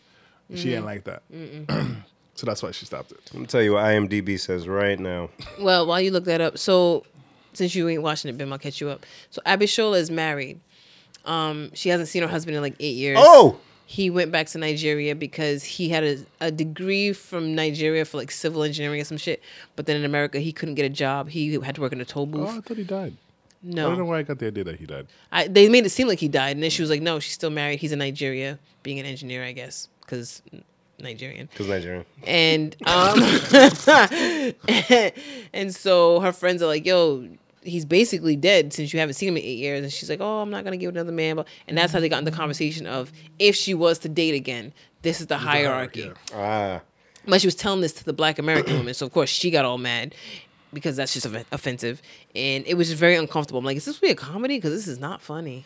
C: Mm-hmm.
B: She didn't like that, so that's why she stopped it.
A: I'm gonna tell you what IMDb says right now.
C: Well, while you look that up, so since you ain't watching it, Bim, I'll catch you up. So Abby Shola is married. Um, she hasn't seen her husband in like eight years.
A: Oh,
C: He went back to Nigeria because he had a, a degree from Nigeria for like civil engineering or some shit. But then in America, he couldn't get a job. He had to work in a toll booth.
B: Oh, I thought he died. I don't know
C: No,
B: why I got the idea that he died.
C: I, they made it seem like he died, and then she was like, "No, she's still married. He's in Nigeria, being an engineer, I guess, because Nigerian."
A: Because Nigerian.
C: and um and so her friends are like yo he's basically dead since you haven't seen him in eight years and she's like oh i'm not gonna give another man but and that's how they got in the conversation of if she was to date again this is the hierarchy
A: Ah.
C: but she was telling this to the black American woman, so of course she got all mad because that's just off- offensive, and it was just very uncomfortable. I'm like, is this really a comedy? Because this is not funny.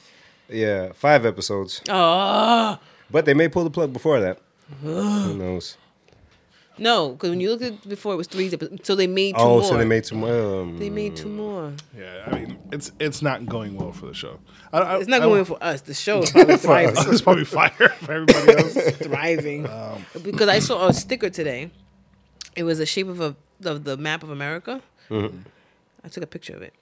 A: Yeah, five episodes.
C: Oh
A: But they may pull the plug before that. Who knows?
C: no, because when you looked at before, it was three. epi- So they made two
A: Oh,
C: more.
A: so they made some. Um,
C: They made two more.
B: Yeah, I mean, it's it's not going well for the show. I, I,
C: It's not
B: I-
C: going for us. The show is probably thriving.
B: It's probably fire for everybody else.
C: thriving. because I saw a sticker today. It was a shape of a of the map of America. I took a picture of it.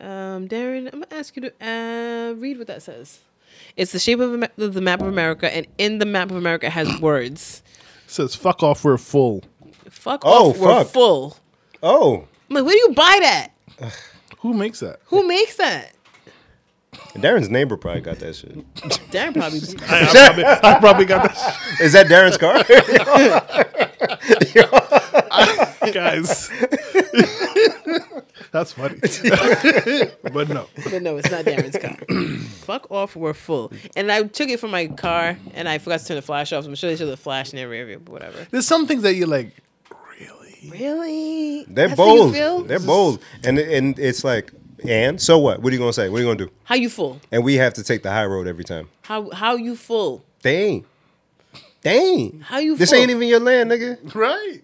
C: Um, Darren, I'm gonna ask you to uh, read what that says. It's the shape of Ama- of the map of America, and in the map of America it has words.
B: says "fuck off, we're full."
C: Fuck
A: Oh,
C: off, we're
A: fuck.
C: full.
A: oh,
C: I'm like, where do you buy that?
B: Who makes that?
C: Who makes that?
A: Darren's neighbor probably got that shit.
C: Darren probably.
B: I, I probably, I probably got that.
A: Is that Darren's car?
B: shit, guys. That's funny, but no.
C: But no, it's not Darren's car. Fuck off, we're full. And I took it from my car, and I forgot to turn the flash off. So I'm sure they should have flash in their rear view, but whatever.
B: There's some things that you're like, really?
C: Really?
A: They're
C: That's
A: bold.
C: How you, feel?
A: They're bold. And and it's like, and so what? What are you gonna say? What are you gonna do?
C: how you full?
A: And we have to take the high road every time.
C: How how you full?
A: They ain't. They ain't.
C: How you
A: This
C: full?
A: ain't even your land, nigga.
B: Right.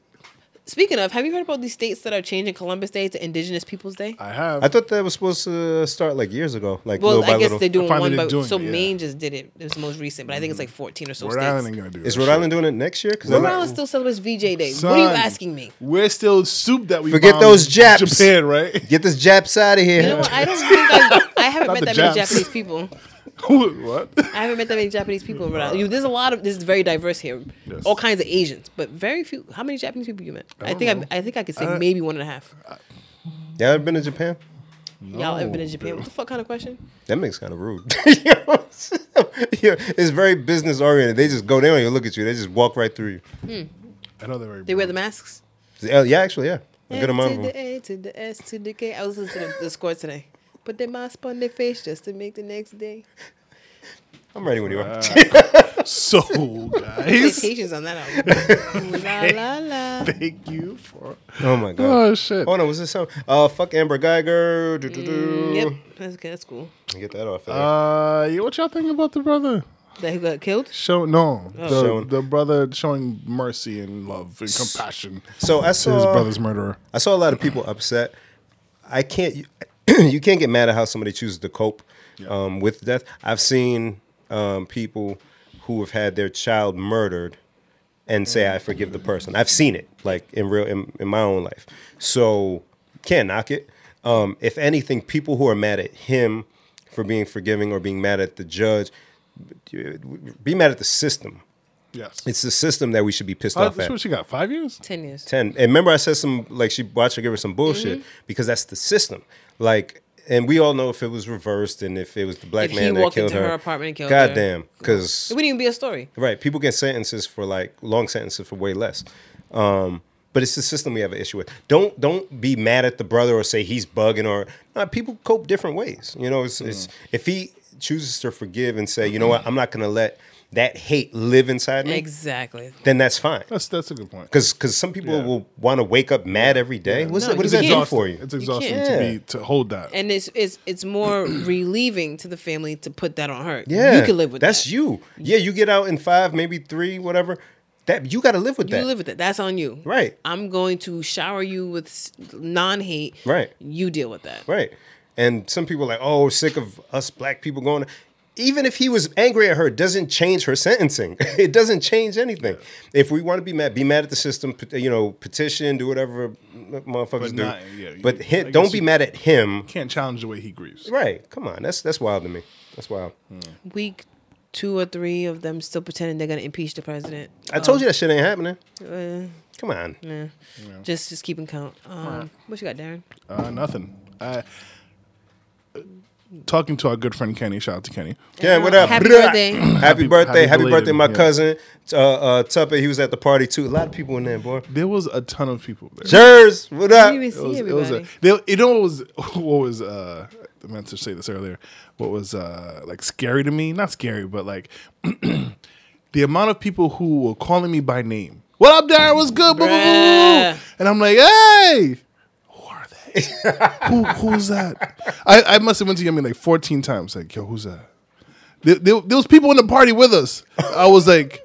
C: Speaking of, have you heard about these states that are changing Columbus Day to Indigenous Peoples Day?
B: I have.
A: I thought that was supposed to start like years ago, like
C: well,
A: little by
C: I guess
A: little.
C: they're doing
B: Finally
C: one,
B: they're
C: but
B: doing
C: so
B: it, yeah.
C: Maine just did it. It was the most recent, but I think it's like 14 or so
B: Rhode
C: states.
B: Island ain't gonna do
A: Is
B: that
A: Rhode
B: shit.
A: Island doing it next year? 'Cause
C: Rhode
A: I'm-
C: Island still celebrates VJ Day. what are you
B: Son,
C: asking me?
B: We're still soup that we
A: Forget
B: bombed
A: those Japs.
B: Japan, right?
A: Get this Japs out of here.
C: You know what? I don't think I, I haven't
B: Not
C: met
B: the
C: that many
B: Japs.
C: Japanese people.
B: what?
C: I haven't met that many Japanese people in Rhode Island. You- There's a lot of this is very diverse here.
B: Yes.
C: All kinds of Asians, but very few. How many Japanese people you met? I,
B: don't
C: think
B: know.
C: I, I think I could say
B: I-
C: maybe one and a half.
A: Y'all ever been to Japan?
C: Y'all ever been in Japan? What the fuck kind of question?
A: That makes kind of rude. You know what I'm saying? Yeah, it's very business oriented. They just go, they don't even look at you. They just walk right through you.
B: I know they're very.
C: They wear the masks.
A: Yeah, yeah, actually, yeah. A good
C: N
A: amount
C: to
A: of them.
C: the A to the S to the K. I was listening to the, the score today. Put their mask on their face just to make the next day.
A: I'm ready when you are.
B: So, guys,
C: Vacations on that album. Ooh, la, la, la.
B: thank you for.
A: Oh my god.
B: Oh shit!
A: Oh no, was this some? Uh, fuck Amber Geiger. Do, do, do.
C: Yep, that's okay. That's cool.
A: Get that off. There.
B: Uh, yeah, what y'all think about the brother
C: That he got killed.
B: show? No, the,
A: Showing-
B: the brother showing mercy and love and compassion
A: so I
B: to his
A: saw
B: brother's murderer.
A: I saw a lot of people upset. I can't. You, you can't get mad at how somebody chooses to cope um, with death. I've seen um, people who have had their child murdered and say, "I forgive the person." I've seen it, like in real in, in my own life. So can't knock it. Um, if anything, people who are mad at him for being forgiving or being mad at the judge, be mad at the system.
B: Yes,
A: It's the system that we should be pissed
B: Uh,
A: off at.
B: that's what she got. Five years.
C: Ten years.
A: 10 and remember i said some like she watched her give her some bullshit
C: Mm-hmm.
A: because that's the system like and we all know if it was reversed and if it was the black
C: If he
A: man that
C: walked
A: killed
C: into
A: her,
C: her apartment and killed her.
A: goddamn because
C: It wouldn't even be a story.
A: right people get sentences for like long sentences for way less um but it's the system we have an issue with don't don't be mad at the brother or say he's bugging or nah, people cope different ways you know it's, it's
C: Mm-hmm.
A: if he chooses to forgive and say you know what i'm not gonna let that hate live inside me
C: Exactly.
A: then that's fine
B: That's that's a good point.
A: because because some people
B: Yeah.
A: will want to wake up mad every day. What's
C: No,
A: that, what
C: you
A: does that do
C: can't.
A: for you?
B: It's exhausting
A: can't.
B: to
A: Yeah.
B: be to hold that.
C: And it's it's it's more relieving to the family to put that on her.
A: yeah,
C: you can live with
A: that's
C: that.
A: you. Yeah, you get out in five, maybe three, whatever. That you got to live with
C: You
A: that.
C: live with that. That's on you.
A: Right.
C: I'm going to shower you with non hate.
A: Right.
C: You deal with that.
A: Right. And some people like, oh, sick of us black people going. Even if he was angry at her, it doesn't change her sentencing. it doesn't change anything. If we want to be mad, be mad at the system. pet- You know, petition, do whatever motherfuckers
B: But
A: do.
B: not- yeah,
A: but
B: you-
A: hi-
B: I guess
A: don't be
B: you-
A: mad at him.
B: Can't challenge the way he grieves.
A: Right? Come on, that's that's wild to me. That's wild.
C: Week two or three of them still pretending they're gonna impeach the president.
A: I told you that shit ain't happening.
C: Uh,
A: Come on.
C: nah. Just just keeping count. Um, What you got, Darren?
B: Uh, nothing. I, talking to our good friend Kenny, shout out to Kenny.
A: Yeah, what up?
C: Happy
A: Bruh.
C: birthday.
A: happy birthday.
B: happy
A: Happy
B: belated,
A: birthday, my
B: yeah.
A: cousin uh, uh, Tupper. He was at the party too. A lot of people in there, boy.
B: There was a ton of people there.
A: Jers, what
C: I
A: up?
C: didn't even
B: It was,
C: see
B: it was a,
C: everybody.
B: they, you know what was what was uh I meant to say this earlier. What was uh like scary to me? Not scary, but like the amount of people who were calling me by name. What up, Darren? What's good? Blah, blah, blah, blah,
C: Bruh.
B: blah. And I'm like, hey, who are they? who, who's that? I, I must have went to Yummy like 14 times. Like, yo, who's that? There, there, there was people in the party with us. I was like,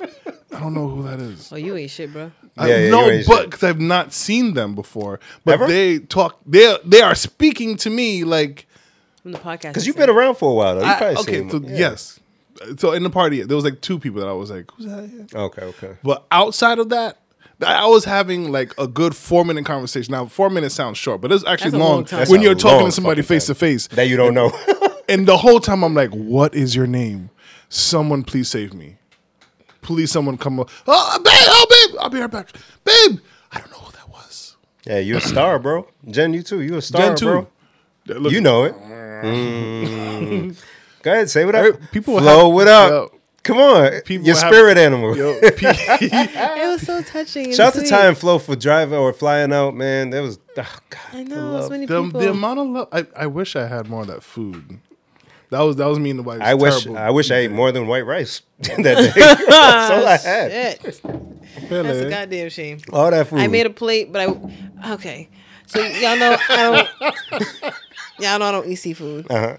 B: I don't know who that is.
C: Oh, you ain't shit, bro.
A: Yeah, yeah,
B: I
A: you're
B: no,
A: Asian.
B: but because I've not seen them before, but
A: Ever?
B: they talk. They they are speaking to me like
C: From the podcast.
A: Because you've been around for a while, though. You
B: I-
A: probably
B: okay.
A: seen
B: So
A: him. Yeah.
B: yes, so in the party there was like two people that I was like, who's that?
A: Okay, okay.
B: But outside of that, I I was having like a good four minute conversation. Now four minutes sounds short, but it's actually
C: That's a
B: long,
C: long time. That's
B: when
A: a
B: you're talking
A: long
B: to somebody
A: fucking
B: face to face.
A: That you don't know.
B: And the whole time I'm like, what is your name? Someone please save me. Please, someone come up. Oh, babe, oh, babe, I'll be right back, babe. I don't know who that was.
A: yeah, you're a star, bro. Jen, you too. You're a star,
B: Gen two.
A: bro.
B: Yeah, look,
A: You know it. Mm. Go ahead, say what up.
B: Hey, people
A: Flow,
B: have-
A: what up?
B: Yo.
A: Come on.
B: People
A: your
B: have-
A: spirit animal.
B: Yo, P-
C: It was so touching. and
A: Shout out to
C: sweet.
A: Time Flow for driving or flying out, man. That was, oh, God.
C: I
A: the
C: know.
A: love.
C: So many
B: the,
C: people.
B: the amount of love. I, I wish I had more of that food. That was that was me and the wife.
A: I wish
B: Terrible.
A: I wish I ate more than white rice that day. That's all I had.
C: Shit. That's a goddamn shame.
A: All that food.
C: I made a plate, but I okay. So y'all know I don't. y'all know I don't eat seafood.
A: Uh-huh.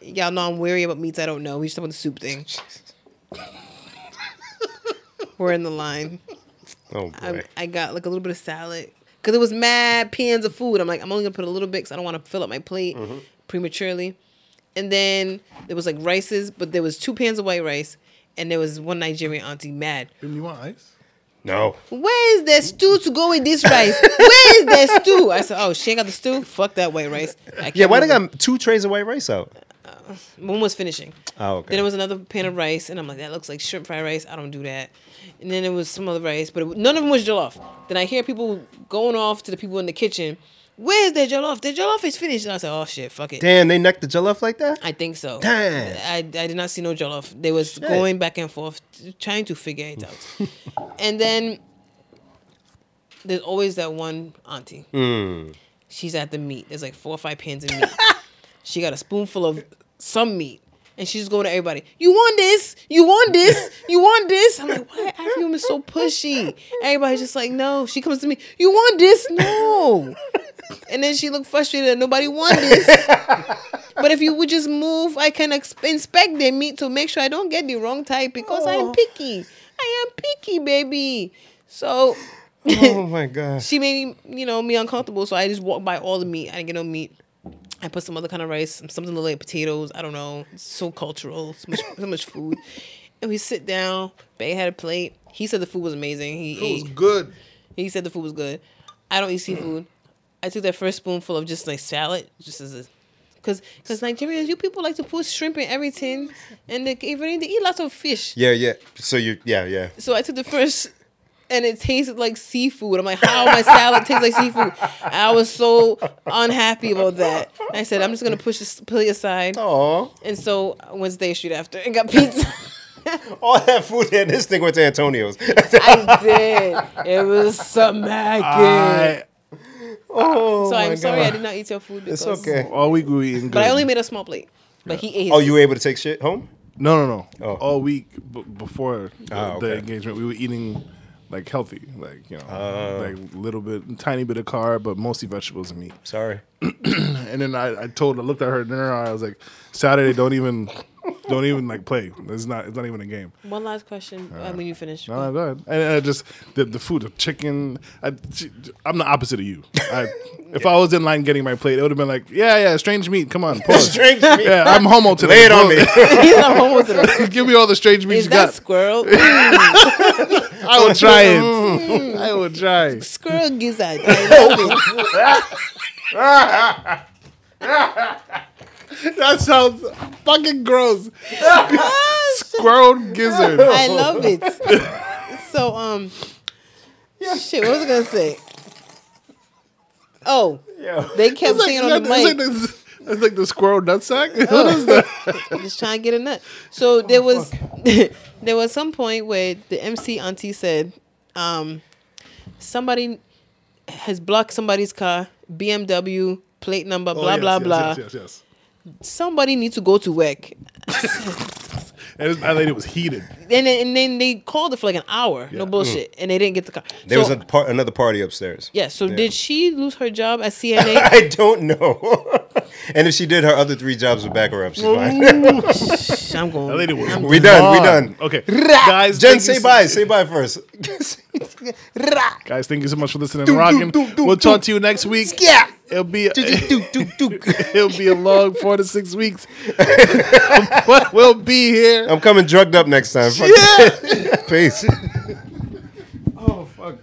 C: Y'all know I'm weary about meats. I don't know. We just about the soup thing. We're in the line.
A: Oh
C: I,
A: boy.
C: I got like a little bit of salad because it was mad pans of food. I'm like, I'm only gonna put a little bit because I don't want to fill up my plate prematurely. And then there was like rices, but there was two pans of white rice, and there was one Nigerian auntie mad.
B: You want ice?
A: No.
C: Where is the stew to go with this rice? Where is the stew? I said, oh, she ain't got the stew. Fuck that white rice. I
A: Yeah,
C: can't
A: why they
C: believe
A: got two trays of white rice out?
C: it. one was finishing.
A: Oh,
C: Then
A: okay.
C: it was another pan of rice, and I'm like, that looks like shrimp fried rice. I don't do that. And then it was some other rice, but it, none of them was jollof. Then I hear people going off to the people in the kitchen. Where's their jollof? Their jollof is finished. And I said, oh shit, fuck it.
A: Damn, they necked the jollof like that?
C: I think so.
A: Damn.
C: I, I did not see no jollof. They was going back and forth, t- trying to figure it out. and then there's always that one auntie. She's at the meat. There's like four or five pans of meat. she got a spoonful of some meat. And she's going to everybody, you want this? You want this? You want this? I'm like, why are humans so pushy? Everybody's just like, no. She comes to me, you want this? No. and then she looked frustrated that nobody wanted this. But if you would just move, I can ex- inspect the meat to make sure I don't get the wrong type because I'm picky. I am picky, baby. So
A: oh my gosh.
C: she made me, you know, me uncomfortable. So I just walked by all the meat. I didn't get no meat. I put some other kind of rice, some- something like potatoes. I don't know. It's so cultural. So much, so much food. And we sit down. Bay had a plate. He said the food was amazing. He ate.
B: good.
C: He said the food was good. I don't eat seafood. I took that first spoonful of just like salad, just as a, cause cause Nigerians, you people like to put shrimp in everything, and they even they eat lots of fish.
A: Yeah, yeah. So you yeah, yeah.
C: So I took the first, and it tasted like seafood. I'm like, how my salad tastes like seafood? I was so unhappy about that. I said, I'm just gonna push this plate aside.
A: Aw.
C: And so Wednesday shoot after and got pizza.
A: All that food and this thing went to Antonio's.
C: I did. It was
B: I,
C: smacking.
A: oh,
C: so
A: my
C: I'm sorry I
A: God.
C: did not eat your food because
A: It's okay.
B: all week we were eating good.
C: But I only made a small plate. But he ate.
A: Oh, you were able to take shit home?
B: no no no.
A: Oh.
B: All week b- before the,
A: Ah,
B: the
A: okay.
B: engagement, we were eating like healthy, like you know,
A: Oh.
B: like little bit, tiny bit of carb, but mostly vegetables and meat.
A: Sorry.
B: And then I, I told, I looked at her in her eye. I was like, Saturday, don't even, don't even like play. It's not, it's not even a game.
C: One last question uh, when you finish.
B: No, no, go ahead. And I just the, the food, the chicken. I, I'm the opposite of you. I, if I was in line getting my plate, it would have been like, yeah, yeah, strange meat. Come on, pause.
A: Strange meat.
B: Yeah, I'm homo today.
A: Lay it on me.
C: He's not home with it.
B: Give me all the strange meat
C: Is
B: you
C: that
B: got.
C: squirrel?
B: I will try it. I will try. it.
C: squirrel gizzard. I love it.
B: That sounds fucking gross. Squirrel gizzard.
C: I love it. So um, shit. What was I gonna say? Oh,
A: Yeah.
C: they kept singing on
B: it's
C: the mic.
B: like the- it's like the squirrel nutsack. What is that?
C: just trying to get a nut. So there was there was some point where the MC auntie said, um, somebody has blocked somebody's car, BMW plate number,
B: Oh,
C: blah
B: yes,
C: blah
B: yes,
C: blah.
B: Yes, yes, yes.
C: Somebody needs to go to work.
B: And this- that lady was heated.
C: And then, and then they called it for like an hour,
B: Yeah. Mm.
C: no bullshit, and they didn't get the car.
A: There
C: so,
A: was a par- another party upstairs.
C: yeah. So did she lose her job at CNA?
A: I don't know. and if she did, her other three jobs would back her up. She's fine.
C: I'm going.
B: That lady was.
A: We done. We
B: gone.
A: done.
B: Okay, guys.
A: Jen,
B: thank you
A: say
B: so-
A: bye. Say bye first.
B: Guys, thank you so much for listening and rocking.
A: do, do,
B: we'll
A: do.
B: talk to you next week.
A: yeah.
B: It'll be
A: Dook, dook, dook.
B: it'll be a long four to six weeks, but we'll be here.
A: I'm coming drugged up next time. Fuck
B: Yeah.
A: Peace.
B: Oh fuck.